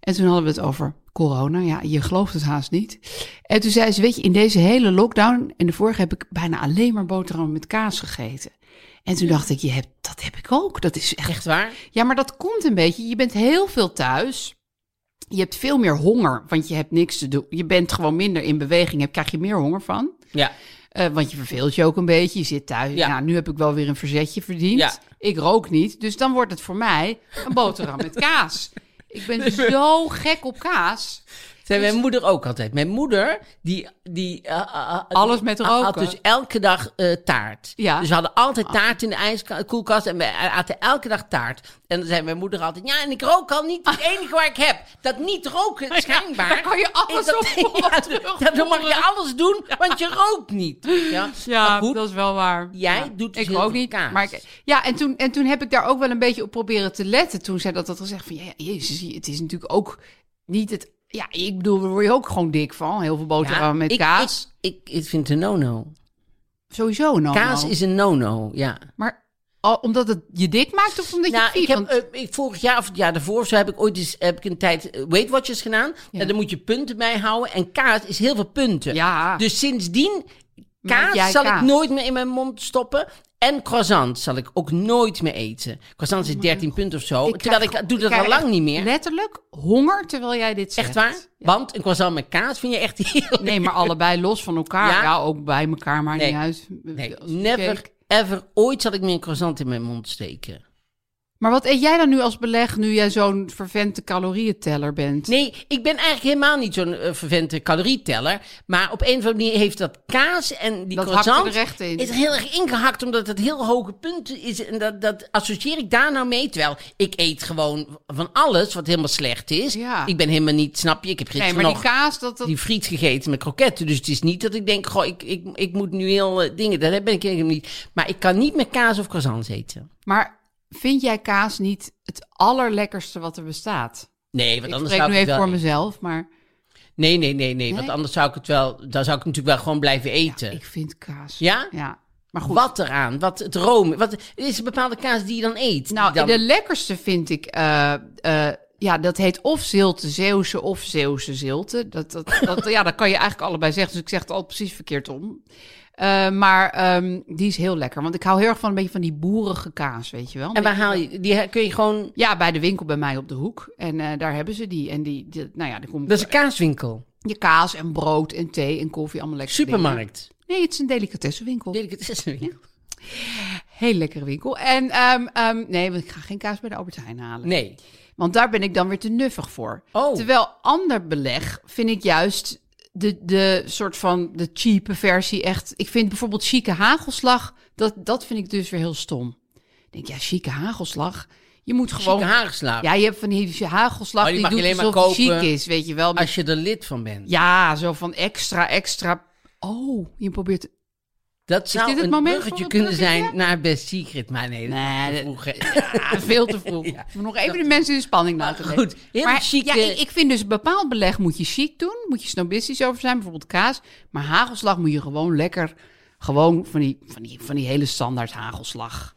Speaker 2: En toen hadden we het over corona. Ja, je gelooft het haast niet. En toen zei ze, weet je, in deze hele lockdown, en de vorige heb ik bijna alleen maar boterhammen met kaas gegeten. En toen dacht ik, je hebt, dat heb ik ook. Dat is echt
Speaker 3: Echt waar?
Speaker 2: ja, maar dat komt een beetje. Je bent heel veel thuis. Je hebt veel meer honger, want je hebt niks te doen. Je bent gewoon minder in beweging. Daar krijg je meer honger van.
Speaker 3: Ja.
Speaker 2: Eh, want je verveelt je ook een beetje. Je zit thuis.
Speaker 3: Ja.
Speaker 2: Nou, nu heb ik wel weer een verzetje verdiend.
Speaker 3: Ja.
Speaker 2: Ik rook niet. Dus dan wordt het voor mij een boterham met kaas. Ik
Speaker 3: (laughs)
Speaker 2: ben zo gek op kaas.
Speaker 3: Zei
Speaker 2: Dus-
Speaker 3: mijn moeder ook altijd. Mijn moeder, die... die eh, eh, eh,
Speaker 2: Alles met
Speaker 3: had
Speaker 2: roken.
Speaker 3: dus elke dag eh, taart.
Speaker 2: Ja. Ah.
Speaker 3: Dus we hadden altijd taart in de ijska- koelkast en we aten elke dag taart. En dan zei mijn moeder altijd, ja, en ik rook al niet.
Speaker 2: (laughs)
Speaker 3: Het enige waar ik heb, dat niet roken, schijnbaar.
Speaker 2: daar kan je
Speaker 3: is
Speaker 2: alles
Speaker 3: dat-
Speaker 2: (laughs) op
Speaker 3: (laughs) ja,
Speaker 2: terugvoeren.
Speaker 3: Dan mag je alles doen, want je rookt niet. Ja, Maar goed,
Speaker 2: is wel waar.
Speaker 3: jij doet dus
Speaker 2: ik
Speaker 3: heel
Speaker 2: ook
Speaker 3: veel
Speaker 2: niet.
Speaker 3: kaas.
Speaker 2: Maar ik- ja, en toen, en toen heb ik daar ook wel een beetje op proberen te letten. Toen zij dat had gezegd van, ja, ja, jezus, je- het is natuurlijk ook niet het... Ja, ik bedoel, daar word je ook gewoon dik van. Heel veel
Speaker 3: Ja,
Speaker 2: boterhammen met
Speaker 3: ik-
Speaker 2: kaas. Oh,
Speaker 3: Ik, ik, ik vind het een no-no.
Speaker 2: Sowieso een no-no.
Speaker 3: Kaas is een no-no, ja.
Speaker 2: Maar al- omdat het je dik maakt of omdat je
Speaker 3: Nou,
Speaker 2: vies?
Speaker 3: ik heb
Speaker 2: Want-
Speaker 3: eh, ik, vorig jaar of het jaar daarvoor of zo heb ik ooit eens heb ik een tijd eh, Weight Watchers gedaan.
Speaker 2: Ja.
Speaker 3: En daar moet je punten bij houden. En kaas is heel veel punten.
Speaker 2: Ja.
Speaker 3: Dus sindsdien,
Speaker 2: Maak jij
Speaker 3: kaas zal
Speaker 2: kaas?
Speaker 3: ik nooit meer in mijn mond stoppen. En croissant zal ik ook nooit meer eten. Croissant is 13 punten of zo. Oh, terwijl
Speaker 2: Oh, krijg-
Speaker 3: ik doe dat
Speaker 2: krijg
Speaker 3: al lang
Speaker 2: echt
Speaker 3: niet meer.
Speaker 2: Letterlijk honger terwijl jij dit zegt.
Speaker 3: Echt waar? Want een croissant met kaas vind je echt (laughs) heel...
Speaker 2: Nee, maar allebei los van elkaar. Ja,
Speaker 3: Ja.
Speaker 2: ook bij elkaar, maakt
Speaker 3: Nee.
Speaker 2: niet uit.
Speaker 3: Nee,
Speaker 2: Als je
Speaker 3: never,
Speaker 2: keek.
Speaker 3: ever, ooit zal ik meer een croissant in mijn mond steken.
Speaker 2: Maar wat eet jij dan nu als beleg, nu jij zo'n vervente calorieënteller bent?
Speaker 3: Nee, ik ben eigenlijk helemaal niet zo'n eh, vervente calorieteller. Maar op een of andere manier heeft dat kaas en die
Speaker 2: Dat hakt
Speaker 3: croissant...
Speaker 2: er echt in.
Speaker 3: Is er heel erg ingehakt, omdat het heel hoge punten is. En dat, dat associeer ik daar nou mee. Terwijl ik eet gewoon van alles wat helemaal slecht is.
Speaker 2: Ja.
Speaker 3: Ik ben helemaal niet, snap je? Ik heb
Speaker 2: Nee,
Speaker 3: gisteren
Speaker 2: maar die
Speaker 3: nog
Speaker 2: kaas, dat, dat...
Speaker 3: die friet gegeten met kroketten. Dus het is niet dat ik denk, goh, ik, ik, ik moet nu heel eh, dingen... Dat ben ik helemaal niet. Maar ik kan niet met kaas of croissants eten.
Speaker 2: Maar vind jij kaas niet het allerlekkerste wat er bestaat?
Speaker 3: Nee, want
Speaker 2: Ik
Speaker 3: anders
Speaker 2: spreek
Speaker 3: zou
Speaker 2: nu
Speaker 3: ik het
Speaker 2: even
Speaker 3: wel
Speaker 2: voor
Speaker 3: eten.
Speaker 2: mezelf, maar
Speaker 3: Nee, nee, nee, nee. Want
Speaker 2: Nee?
Speaker 3: anders zou ik het wel... Dan zou ik natuurlijk wel gewoon blijven eten.
Speaker 2: ik vind kaas.
Speaker 3: Ja?
Speaker 2: Ja. Maar goed.
Speaker 3: Wat eraan? Wat het room? Wat het is een bepaalde kaas die je dan eet?
Speaker 2: Nou,
Speaker 3: die dan,
Speaker 2: de lekkerste vind ik... eh, eh, ja, dat heet of zilte Zeeuwse of Zeeuwse zilte. Dat, dat, dat, ja, dat kan je eigenlijk allebei zeggen. Dus ik zeg het al precies verkeerd om. Eh, maar ehm, die is heel lekker. Want ik hou heel erg van een beetje van die boerige kaas, weet je wel.
Speaker 3: en waar haal je? Die kun je gewoon.
Speaker 2: Ja, bij de winkel bij mij op de hoek. En eh, daar hebben ze die. En die, die- nou ja, dan komt
Speaker 3: Dat is een kaaswinkel.
Speaker 2: je kaas en brood en thee en koffie, allemaal lekker.
Speaker 3: Supermarkt.
Speaker 2: Nee, het is een delicatessenwinkel.
Speaker 3: Weet ik het (laughs) is een winkel.
Speaker 2: Heel lekkere winkel. En ehm, ehm, nee, want ik ga geen kaas bij de Albert Heijn halen.
Speaker 3: Nee.
Speaker 2: Want daar ben ik dan weer te nuffig voor.
Speaker 3: Oh.
Speaker 2: Terwijl ander beleg vind ik juist de, de soort van de cheape versie echt. Ik vind bijvoorbeeld chique hagelslag, dat, dat vind ik dus weer heel stom. Ik denk, ja, chique hagelslag. Je moet gewoon...
Speaker 3: Gewoon haargeslagen.
Speaker 2: Ja, je hebt van die hagelslag
Speaker 3: Oh,
Speaker 2: die,
Speaker 3: die mag je
Speaker 2: doet
Speaker 3: alleen maar
Speaker 2: alsof die
Speaker 3: kopen
Speaker 2: chic is, weet je wel. Met-
Speaker 3: Als je er lid van bent.
Speaker 2: Ja, zo van extra, extra... Oh, je probeert...
Speaker 3: Dat zou
Speaker 2: dit het
Speaker 3: een
Speaker 2: moment voor
Speaker 3: bruggetje
Speaker 2: een
Speaker 3: kunnen
Speaker 2: bruggetje?
Speaker 3: zijn naar Best Secret. Maar nee, dat
Speaker 2: Nee,
Speaker 3: is
Speaker 2: dat-
Speaker 3: vroeger. (laughs)
Speaker 2: Ah, veel te vroeg.
Speaker 3: Ja.
Speaker 2: Om nog even de mensen in de spanning laten
Speaker 3: Goed,
Speaker 2: leggen.
Speaker 3: heel chique-
Speaker 2: Ja, ik, ik vind dus een bepaald beleg moet je chic doen. Moet je snobistisch over zijn, bijvoorbeeld kaas. Maar hagelslag moet je gewoon lekker... Gewoon van die, van die, van die hele standaard hagelslag.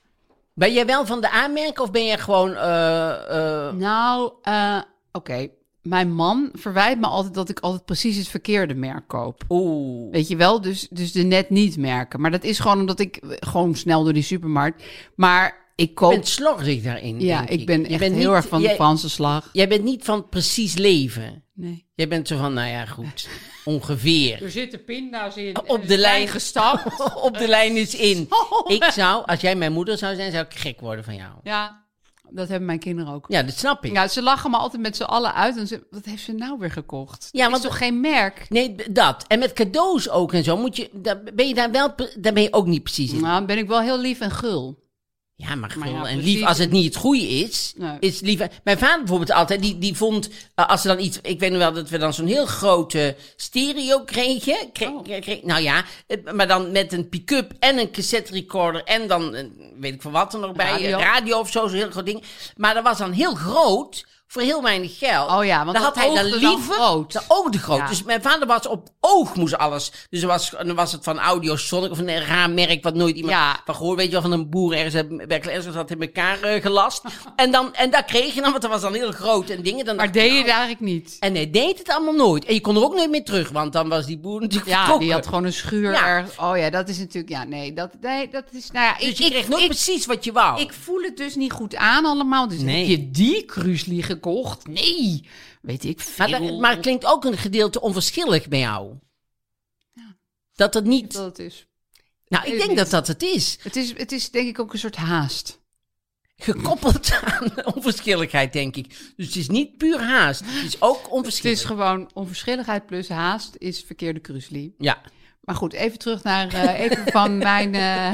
Speaker 3: Ben jij wel van de aanmerken of ben jij gewoon. eh, eh,
Speaker 2: Nou, eh, oké. Mijn man verwijt me altijd dat ik altijd precies het verkeerde merk koop.
Speaker 3: Oeh.
Speaker 2: Weet je wel, dus, dus de net niet merken. Maar dat is gewoon omdat ik eh, gewoon snel door die supermarkt. Maar ik
Speaker 3: Je
Speaker 2: koop.
Speaker 3: bent slordig daarin.
Speaker 2: ja,
Speaker 3: denk
Speaker 2: ik ben
Speaker 3: Je
Speaker 2: echt
Speaker 3: bent
Speaker 2: heel
Speaker 3: niet-
Speaker 2: erg van de
Speaker 3: jij-
Speaker 2: Franse slag.
Speaker 3: Jij bent niet van precies leven.
Speaker 2: Nee.
Speaker 3: Jij bent zo van, nou ja, goed.
Speaker 2: (laughs)
Speaker 3: Ongeveer.
Speaker 2: Er zitten pinda's in.
Speaker 3: op de lijn gestapt. op de lijn is in. Ik zou, als jij mijn moeder zou zijn, zou ik gek worden van jou.
Speaker 2: Ja, dat hebben mijn kinderen ook.
Speaker 3: Ja, dat snap ik.
Speaker 2: Ja, ze lachen me altijd met z'n allen uit. En ze, wat heeft ze nou weer gekocht?
Speaker 3: Ja,
Speaker 2: Ja, want
Speaker 3: want-
Speaker 2: is toch geen merk?
Speaker 3: Nee, d- dat. En met cadeaus ook en zo. Moet je, daar ben je daar wel, pre- daar ben je ook niet precies in.
Speaker 2: Nou, dan ben ik wel heel lief en gul.
Speaker 3: Ja, maar
Speaker 2: Maar
Speaker 3: gewoon.
Speaker 2: ja,
Speaker 3: en
Speaker 2: precies.
Speaker 3: lief als het niet het goede is.
Speaker 2: Nee.
Speaker 3: is lief. Mijn vader bijvoorbeeld altijd, die, die vond eh, als ze dan iets. Ik weet nog wel dat we dan zo'n heel grote stereo kregen. Kre-
Speaker 2: Oh.
Speaker 3: kre- kre- nou ja, het- maar dan met een pick-up en een cassette recorder. En dan een- weet ik van wat er nog bij. eh,
Speaker 2: Radio.
Speaker 3: Radio of zo, zo'n heel groot ding. Maar dat was dan heel groot voor heel weinig geld.
Speaker 2: Oh ja, want
Speaker 3: dan had
Speaker 2: dat
Speaker 3: hij dan
Speaker 2: oogde dan
Speaker 3: liever
Speaker 2: groot.
Speaker 3: de oog te groot.
Speaker 2: Ja.
Speaker 3: Dus mijn vader was op oog moest alles. Dus dan was, dan was het van Audio Sonic of een raar merk wat nooit iemand
Speaker 2: Ja.
Speaker 3: van gehoord. Weet je wel, van een boer ergens bij Kleinschans had in elkaar eh, gelast. en, dan, en dat kreeg je dan, want dat was dan heel groot en dingen. Dan
Speaker 2: Maar
Speaker 3: dacht
Speaker 2: deed
Speaker 3: ik,
Speaker 2: je
Speaker 3: nou,
Speaker 2: dat eigenlijk niet?
Speaker 3: en hij deed het allemaal nooit. En je kon er ook nooit meer terug, want dan was die boer natuurlijk
Speaker 2: Ja,
Speaker 3: vertrokken.
Speaker 2: die had gewoon een schuur
Speaker 3: Ja.
Speaker 2: ergens. Oh ja, dat is natuurlijk... Ja, nee, dat, nee, dat is... Nou ja, ik,
Speaker 3: Dus je
Speaker 2: ik-
Speaker 3: kreeg nooit
Speaker 2: ik-
Speaker 3: precies wat je wou.
Speaker 2: Ik voel het dus niet goed aan allemaal. Dus
Speaker 3: Nee.
Speaker 2: heb je die cruislie gekocht? Nee. Weet ik
Speaker 3: maar,
Speaker 2: veel.
Speaker 3: dat- maar het klinkt ook een gedeelte onverschillig bij jou. Dat het niet...
Speaker 2: dat het is.
Speaker 3: nou, ik denk dat dat het is.
Speaker 2: Het is. Het is denk ik ook een soort haast.
Speaker 3: Gekoppeld (laughs) aan onverschilligheid, denk ik. Dus het is niet puur haast. Het is ook
Speaker 2: Het is
Speaker 3: onverschillig.
Speaker 2: gewoon onverschilligheid plus haast is verkeerde cruislie.
Speaker 3: Ja,
Speaker 2: Maar goed, even terug naar eh, even van (laughs) mijn eh,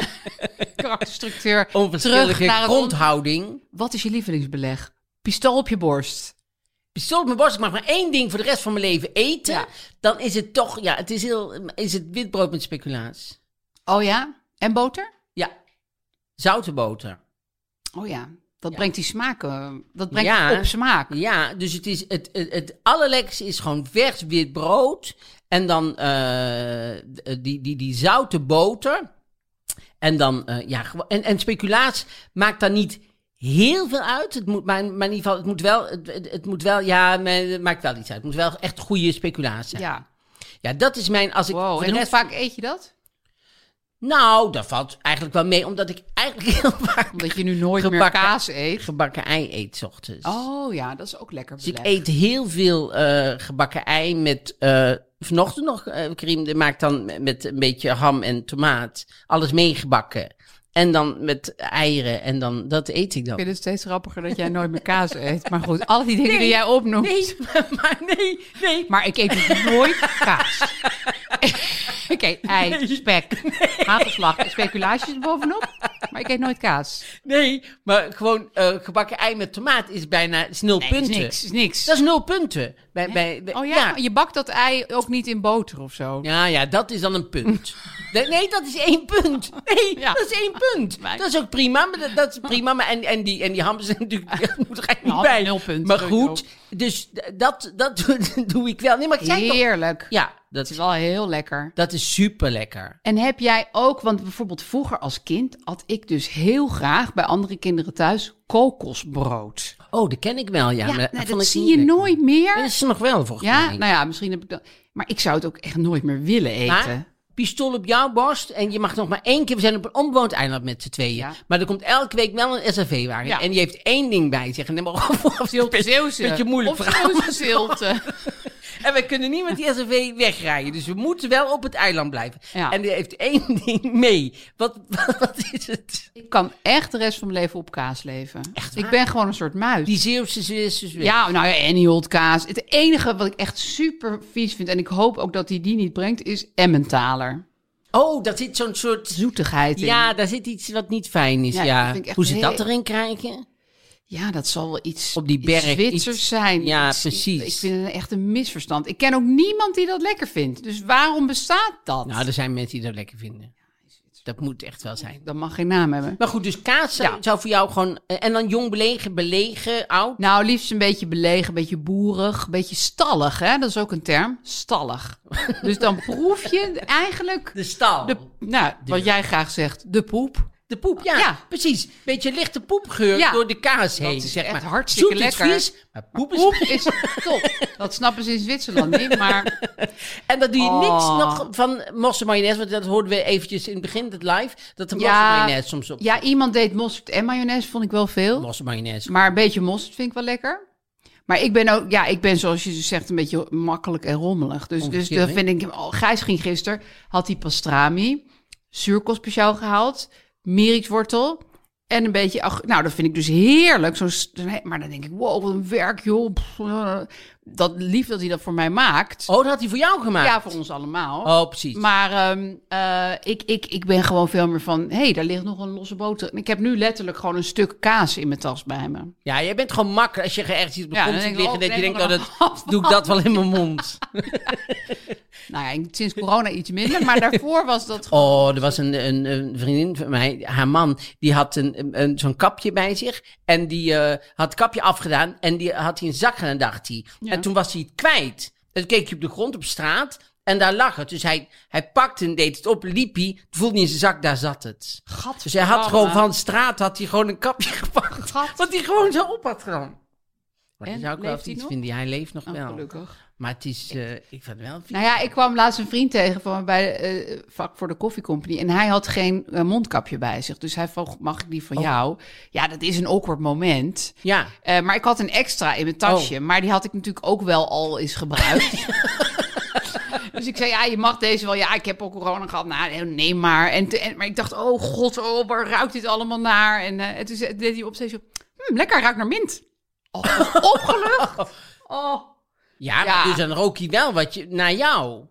Speaker 2: karakterstructuur. Terug
Speaker 3: onverschillige
Speaker 2: naar het on-
Speaker 3: grondhouding.
Speaker 2: Wat is je lievelingsbeleg? Pistool op je borst.
Speaker 3: Pistool op mijn borst, ik mag maar één ding voor de rest van mijn leven eten.
Speaker 2: Ja.
Speaker 3: Dan is het toch, ja, het is, heel, is het witbrood met speculaas.
Speaker 2: Oh ja. En boter?
Speaker 3: Ja, zoute boter.
Speaker 2: Oh ja. Dat brengt die smaak. eh, dat brengt
Speaker 3: Ja.
Speaker 2: het op smaak.
Speaker 3: Ja, dus het, is, het, het, het allerlekkerste is gewoon vers wit brood. En dan eh, d- die, die, die zoute boter. En dan, eh, ja, gewo- en, en speculaas maakt daar niet heel veel uit. Het moet, maar, in- maar in ieder geval, het moet wel, het, het- het moet wel ja, maar het maakt wel iets uit. Het moet wel echt goede speculaas zijn. Ja,
Speaker 2: Ja.
Speaker 3: dat is mijn, als ik
Speaker 2: Wow.
Speaker 3: voor
Speaker 2: En
Speaker 3: de
Speaker 2: hoe
Speaker 3: rest
Speaker 2: vaak eet je dat?
Speaker 3: Nou, dat valt eigenlijk wel mee, omdat ik eigenlijk (laughs) heel vaak
Speaker 2: Omdat je nu nooit meer
Speaker 3: Gebakken-
Speaker 2: kaas eet.
Speaker 3: gebakken ei eet 's ochtends.
Speaker 2: Oh ja, dat is ook lekker
Speaker 3: Dus ik
Speaker 2: beleg.
Speaker 3: eet heel veel eh, gebakken ei met. eh, vanochtend nog, eh Karim die maakt dan met een beetje ham en tomaat. Alles meegebakken. En dan met eieren. En dan dat eet ik
Speaker 2: Ik
Speaker 3: dan.
Speaker 2: vind het steeds grappiger dat jij nooit meer kaas eet. Maar goed, al die dingen die jij opnoemt.
Speaker 3: Nee, (laughs) maar nee, nee.
Speaker 2: Maar ik eet dus nooit
Speaker 3: (laughs)
Speaker 2: kaas. ik eet ei, spek, hagelslag en speculaasjes bovenop. Maar ik eet nooit kaas.
Speaker 3: Nee, maar gewoon eh, gebakken ei met tomaat is bijna is nul
Speaker 2: Nee, is
Speaker 3: punten.
Speaker 2: niks, is niks.
Speaker 3: Dat is nul punten. Bij, bij, bij-
Speaker 2: oh ja,
Speaker 3: ja.
Speaker 2: maar je bakt dat ei ook niet in boter of zo.
Speaker 3: Ja, ja, dat is dan een (laughs) punt. Nee, nee, dat is één punt. Nee,
Speaker 2: Ja.
Speaker 3: dat is één punt.
Speaker 2: Wij-
Speaker 3: Dat is ook prima. Maar dat, dat is prima. Maar en, en, die, en die ham zijn natuurlijk (laughs) ja, moet er eigenlijk
Speaker 2: Ham,
Speaker 3: niet bij.
Speaker 2: Nou, nul punten
Speaker 3: maar
Speaker 2: sowieso.
Speaker 3: goed, dus d- dat, dat (laughs) doe, doe ik wel. Nee, maar ik zei toch...
Speaker 2: Heerlijk.
Speaker 3: Ja,
Speaker 2: Het
Speaker 3: dat,
Speaker 2: is wel heel lekker.
Speaker 3: dat is super lekker.
Speaker 2: En heb jij ook, want bijvoorbeeld vroeger als kind had ik dus heel graag bij andere kinderen thuis kokosbrood.
Speaker 3: Oh, dat ken ik wel, ja.
Speaker 2: Ja,
Speaker 3: maar
Speaker 2: nou,
Speaker 3: vond
Speaker 2: dat
Speaker 3: ik
Speaker 2: zie
Speaker 3: niet
Speaker 2: je
Speaker 3: lekker.
Speaker 2: nooit meer.
Speaker 3: Dat is er nog wel, volgens
Speaker 2: Ja,
Speaker 3: mij.
Speaker 2: nou ja, misschien heb ik dat. Maar ik zou het ook echt nooit meer willen eten.
Speaker 3: Maar pistool op jouw borst en je mag nog maar één keer. We zijn op een onbewoond eiland met z'n tweeën.
Speaker 2: Ja.
Speaker 3: Maar er komt elke week wel een SRV-wagen.
Speaker 2: Ja.
Speaker 3: En die heeft één ding bij zich. En dan mag of, of
Speaker 2: Zilte Zeeuwse.
Speaker 3: beetje moeilijk
Speaker 2: Of
Speaker 3: verhaal,
Speaker 2: Zeeuwse zilte.
Speaker 3: (laughs) En we kunnen niet met die SRV wegrijden. Dus we moeten wel op het eiland blijven.
Speaker 2: Ja.
Speaker 3: En die heeft één (laughs) ding mee. Wat, wat, wat is het?
Speaker 2: Ik kan echt de rest van mijn leven op kaas leven. Ik ben gewoon een soort muis.
Speaker 3: Die Zeeuwse zus is weer.
Speaker 2: ja, nou ja, Anniehold kaas. Het enige wat ik echt super vies vind, en ik hoop ook dat hij die niet brengt, is Emmentaler.
Speaker 3: Oh, daar zit zo'n soort...
Speaker 2: Zoetigheid in.
Speaker 3: Ja, daar zit iets wat niet fijn is.
Speaker 2: Ja,
Speaker 3: Ja,
Speaker 2: dat vind ik echt
Speaker 3: Hoe ze dat
Speaker 2: heel-
Speaker 3: erin krijgen?
Speaker 2: Ja, dat zal wel iets,
Speaker 3: Op die
Speaker 2: iets
Speaker 3: berg,
Speaker 2: Zwitsers
Speaker 3: iets-
Speaker 2: zijn.
Speaker 3: Ja,
Speaker 2: Iets- iets-
Speaker 3: precies.
Speaker 2: Ik vind het echt een misverstand. Ik ken ook niemand die dat lekker vindt. Dus waarom bestaat dat?
Speaker 3: Nou, er zijn mensen die dat lekker vinden. Dat moet echt wel zijn.
Speaker 2: Dat mag geen naam hebben.
Speaker 3: Maar goed, dus kaas zou,
Speaker 2: Ja.
Speaker 3: zou voor jou gewoon... eh, En dan jong belegen, belegen, oud.
Speaker 2: Nou, liefst een beetje belegen, een beetje boerig, een beetje stallig. Hè? Dat is ook een term, stallig. dus dan proef je eigenlijk
Speaker 3: De stal.
Speaker 2: de, nou, wat jij graag zegt, de poep.
Speaker 3: De poep, ja,
Speaker 2: Ja.
Speaker 3: precies. Beetje lichte poepgeur
Speaker 2: Ja.
Speaker 3: door de kaas heen.
Speaker 2: is
Speaker 3: zeg
Speaker 2: echt
Speaker 3: maar.
Speaker 2: hartstikke
Speaker 3: Zoet is
Speaker 2: lekker.
Speaker 3: vies, maar poep is...
Speaker 2: Poep is top. Dat snappen ze in Zwitserland niet, maar
Speaker 3: En dan doe je niks
Speaker 2: Oh.
Speaker 3: nog van mosse mayonaise, want dat hoorden we eventjes in het begin, het live, dat de mosse
Speaker 2: Ja.
Speaker 3: mayonaise soms op...
Speaker 2: ja, iemand deed mosterd en mayonaise, vond ik wel veel.
Speaker 3: Mosse mayonaise.
Speaker 2: Maar een beetje mosterd vind ik wel lekker. Maar ik ben ook, ja, ik ben zoals je dus zegt een beetje makkelijk en rommelig. Dus, dus dan
Speaker 3: Onverschillig.
Speaker 2: vind ik, oh, Gijs ging gisteren, had hij pastrami, zuurkost speciaal gehaald, mirikswortel en een beetje, ag- nou dat vind ik dus heerlijk. Zo, s- maar dan denk ik, wow, wat een werk joh. Pff, eh. Dat lief dat hij dat voor mij maakt.
Speaker 3: Oh, dat had hij voor jou gemaakt?
Speaker 2: ja, voor ons allemaal.
Speaker 3: Oh, precies.
Speaker 2: Maar ehm, eh, ik, ik, ik ben gewoon veel meer van, hé, hey, daar ligt nog een losse boter. En Ik heb nu letterlijk gewoon een stuk kaas in mijn tas bij me.
Speaker 3: Ja, jij bent gewoon makkelijk als je ergens iets op de
Speaker 2: Ja,
Speaker 3: grond
Speaker 2: dan
Speaker 3: ziet
Speaker 2: denk ik,
Speaker 3: liggen,
Speaker 2: oh,
Speaker 3: dat je
Speaker 2: neem
Speaker 3: denkt,
Speaker 2: maar
Speaker 3: oh, dat doe ik dat wel in mijn mond.
Speaker 2: Nou ja, en sinds corona
Speaker 3: (laughs)
Speaker 2: iets minder, maar daarvoor was dat gewoon...
Speaker 3: Oh, er was een, een, een vriendin van mij, haar man, die had een, een, een, een- zo'n kapje bij zich. En die eh, had het kapje afgedaan. En die had hij een zak gedaan, dacht hij. En toen was hij het kwijt. En toen keek hij op de grond op straat. En daar lag het. Dus hij, hij pakte en deed het op, liep hij. Toen voelde hij in zijn zak, daar zat het. Dus hij had gewoon van straat had hij gewoon een kapje (laughs) gepakt.
Speaker 2: Gat.
Speaker 3: Wat hij gewoon zo op had gedaan. Maar
Speaker 2: En,
Speaker 3: dan zou ik wel
Speaker 2: leeft
Speaker 3: even
Speaker 2: hij
Speaker 3: iets
Speaker 2: nog? Nou,
Speaker 3: vinden. Ja, Hij leeft nog wel.
Speaker 2: gelukkig.
Speaker 3: Maar het is, eh, ik vind het wel vies.
Speaker 2: Nou ja, ik kwam laatst een vriend tegen van me bij eh vak voor de koffiecompany. En hij had geen eh, mondkapje bij zich. Dus hij vroeg, mag ik die van jou? Ja, dat is een awkward moment.
Speaker 3: Ja.
Speaker 2: Eh, maar ik had een extra in mijn tasje. Maar die had ik natuurlijk ook wel al eens gebruikt. dus ik zei, ja, je mag deze wel. Ja, ik heb al corona gehad. Nou, neem maar. En, te- en- maar ik dacht, oh god, oh, waar ruikt dit allemaal naar? En, eh, en toen zei- deed hij op steeds zo, hm, lekker, ruikt naar mint. Oh, opgelucht. Oh.
Speaker 3: Ja, maar
Speaker 2: Ja.
Speaker 3: dus dan rook hij wel wat je, naar jou.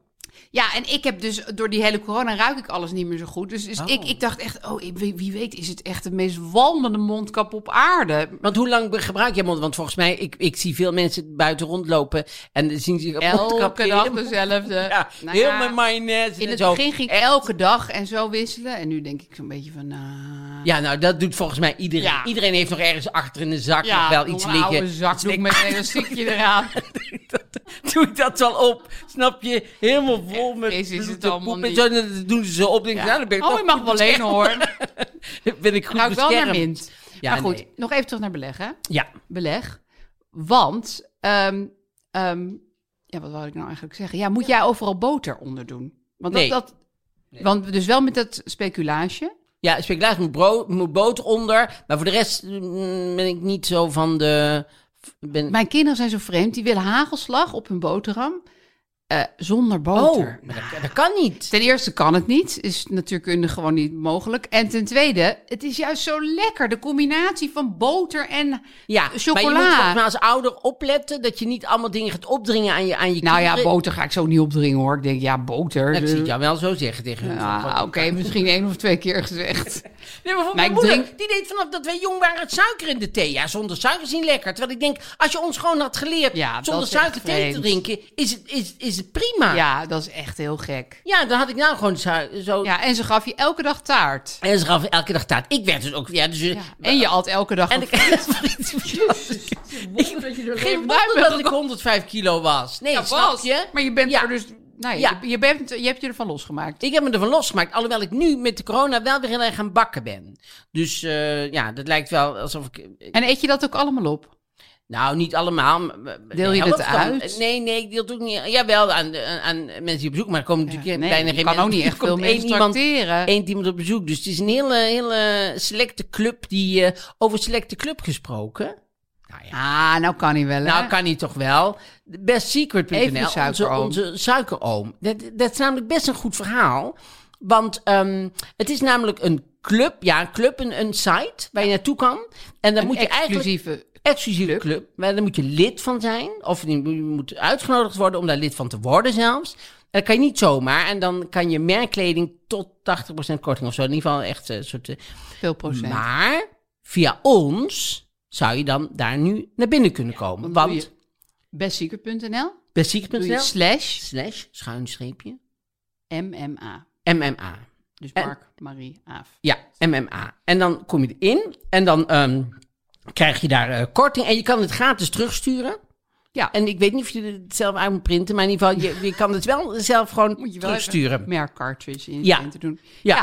Speaker 2: Ja, en ik heb dus door die hele corona ruik ik alles niet meer zo goed. Dus, dus ik, ik dacht echt, oh, ik- wie, wie weet is het echt de meest walmende mondkap op aarde.
Speaker 3: Want hoe lang be- gebruik jij mond? Want volgens mij, ik, ik zie veel mensen buiten rondlopen en dan zien ze een mondkapje
Speaker 2: Elke dag
Speaker 3: in.
Speaker 2: dezelfde.
Speaker 3: (laughs) Ja,
Speaker 2: Nou
Speaker 3: heel
Speaker 2: ja,
Speaker 3: met mayonaise
Speaker 2: In
Speaker 3: en
Speaker 2: het
Speaker 3: zo.
Speaker 2: begin ging ik elke dag en zo wisselen. En nu denk ik zo'n beetje van, nou...
Speaker 3: Ja, nou, dat doet volgens mij iedereen.
Speaker 2: Ja.
Speaker 3: Iedereen heeft nog ergens achter in de zak nog wel iets
Speaker 2: een oude
Speaker 3: liggen. Dus
Speaker 2: zakdoek met een elastiekje eraan.
Speaker 3: (laughs) Doe ik dat wel op, snap je? Helemaal vol met
Speaker 2: fris is
Speaker 3: bloed
Speaker 2: het
Speaker 3: en
Speaker 2: allemaal
Speaker 3: poep en
Speaker 2: niet.
Speaker 3: zo. En dan doen ze zo op. Denk ik,
Speaker 2: Ja.
Speaker 3: nou, dan ben ik
Speaker 2: oh,
Speaker 3: toch
Speaker 2: je mag
Speaker 3: goed
Speaker 2: wel
Speaker 3: beschermd.
Speaker 2: lenen hoor.
Speaker 3: (laughs) Dan ben ik goed
Speaker 2: Ruikt Nou, wel naar
Speaker 3: beschermd.
Speaker 2: mint.
Speaker 3: Ja,
Speaker 2: maar goed,
Speaker 3: nee.
Speaker 2: nog even terug naar beleg, hè?
Speaker 3: Ja,
Speaker 2: beleg. Want, ehm, ehm, ja, wat wou ik nou eigenlijk zeggen? Ja, moet jij overal boter onder doen? Want, dat,
Speaker 3: Nee.
Speaker 2: dat, want dus wel met dat speculage.
Speaker 3: Ja, speculaas moet, brood, moet boter onder. Maar voor de rest mm, ben ik niet zo van de... Ben...
Speaker 2: Mijn kinderen zijn zo vreemd, die willen hagelslag op hun boterham eh, zonder
Speaker 3: oh,
Speaker 2: boter.
Speaker 3: maar dat, dat kan niet.
Speaker 2: Ten eerste kan het niet, is natuurkundig gewoon niet mogelijk. En ten tweede, het is juist zo lekker, de combinatie van boter en
Speaker 3: Ja, maar je moet
Speaker 2: chocola.
Speaker 3: volgens mij als ouder opletten dat je niet allemaal dingen gaat opdringen aan je, aan je
Speaker 2: nou ja,
Speaker 3: kinderen.
Speaker 2: boter ga ik zo niet opdringen hoor. Ik denk, ja, boter.
Speaker 3: Dat zie ik
Speaker 2: eh,
Speaker 3: jou wel zo zeggen tegen hun.
Speaker 2: ja,
Speaker 3: (laughs)
Speaker 2: oké, misschien één of twee keer gezegd.
Speaker 3: Nee, maar voor
Speaker 2: Maar
Speaker 3: mijn
Speaker 2: ik
Speaker 3: moeder,
Speaker 2: drink-
Speaker 3: die deed vanaf dat wij jong waren het suiker in de thee. Ja, zonder suiker is niet lekker. Terwijl ik denk, als je ons gewoon had geleerd
Speaker 2: Ja, dat
Speaker 3: zonder
Speaker 2: is echt
Speaker 3: suiker thee te
Speaker 2: vreemd.
Speaker 3: drinken, is het, is, is het prima.
Speaker 2: Ja, dat is echt heel gek.
Speaker 3: Ja, dan had ik nou gewoon su- zo...
Speaker 2: Ja, en ze gaf je elke dag taart.
Speaker 3: En ze gaf elke dag taart. Ik werd dus ook... Ja, dus, eh,
Speaker 2: En je at elke dag.
Speaker 3: En
Speaker 2: een-
Speaker 3: ik (laughs) Geen wonder dat ik 105 kilo was. Nee,
Speaker 2: Ja,
Speaker 3: snap
Speaker 2: was.
Speaker 3: je?
Speaker 2: Maar je bent
Speaker 3: Ja.
Speaker 2: er dus. Nou, ja,
Speaker 3: Ja.
Speaker 2: Je, je bent, je hebt je ervan losgemaakt.
Speaker 3: Ik heb me ervan losgemaakt, alhoewel ik nu met de corona wel weer heel erg gaan bakken ben. Dus eh, ja, dat lijkt wel alsof ik... eh,
Speaker 2: En eet je dat ook allemaal op?
Speaker 3: Nou, niet allemaal. maar- maar-
Speaker 2: Deel je
Speaker 3: de helft
Speaker 2: het
Speaker 3: dan.
Speaker 2: uit?
Speaker 3: Nee, nee, ik deel het ook niet. Jawel, aan, de- aan, aan mensen die op bezoek, maar er komen natuurlijk
Speaker 2: nee,
Speaker 3: bijna
Speaker 2: je
Speaker 3: geen
Speaker 2: kan
Speaker 3: mensen.
Speaker 2: ook niet
Speaker 3: Er
Speaker 2: echt veel
Speaker 3: komt één
Speaker 2: mensen
Speaker 3: iemand-
Speaker 2: tracteren.
Speaker 3: Eén iemand op bezoek. Dus het is een hele, hele selecte club die... eh, over selecte club gesproken. Nou ja,
Speaker 2: Ah, nou kan hij wel. hè?
Speaker 3: Nou, kan hij toch wel.
Speaker 2: Even
Speaker 3: Bestsecret.nl,
Speaker 2: de
Speaker 3: onze,
Speaker 2: suikeroom.
Speaker 3: onze suikeroom. Dat, dat is namelijk best een goed verhaal. Want ehm, het is namelijk een club, ja, een club, een, een site waar je naartoe kan. En dan
Speaker 2: Een
Speaker 3: moet je eigenlijk...
Speaker 2: exclusieve.
Speaker 3: Exclusieve club. Maar daar moet je lid van zijn. Of je moet uitgenodigd worden om daar lid van te worden zelfs. En dat kan je niet zomaar. En dan kan je merkkleding tot 80% korting of zo. In ieder geval echt eh, soort... eh,
Speaker 2: Veel procent.
Speaker 3: maar via ons zou je dan daar nu naar binnen kunnen komen.
Speaker 2: dan doe
Speaker 3: want
Speaker 2: Bestseeker.nl. Doe je
Speaker 3: bestziek.nl
Speaker 2: slash
Speaker 3: slash schuin streepje
Speaker 2: MMA.
Speaker 3: MMA.
Speaker 2: Dus
Speaker 3: En-
Speaker 2: Mark, Marie, Aaf.
Speaker 3: Ja, MMA. En dan kom je erin en dan ehm, krijg je daar eh, korting en je kan het gratis terugsturen.
Speaker 2: Ja.
Speaker 3: En ik weet niet of je het zelf uit moet printen, maar in ieder geval, je, je kan het wel zelf gewoon
Speaker 2: Moet je wel
Speaker 3: terugsturen.
Speaker 2: even merkcartridge in
Speaker 3: Ja.
Speaker 2: in te doen.
Speaker 3: Ja.
Speaker 2: Ja,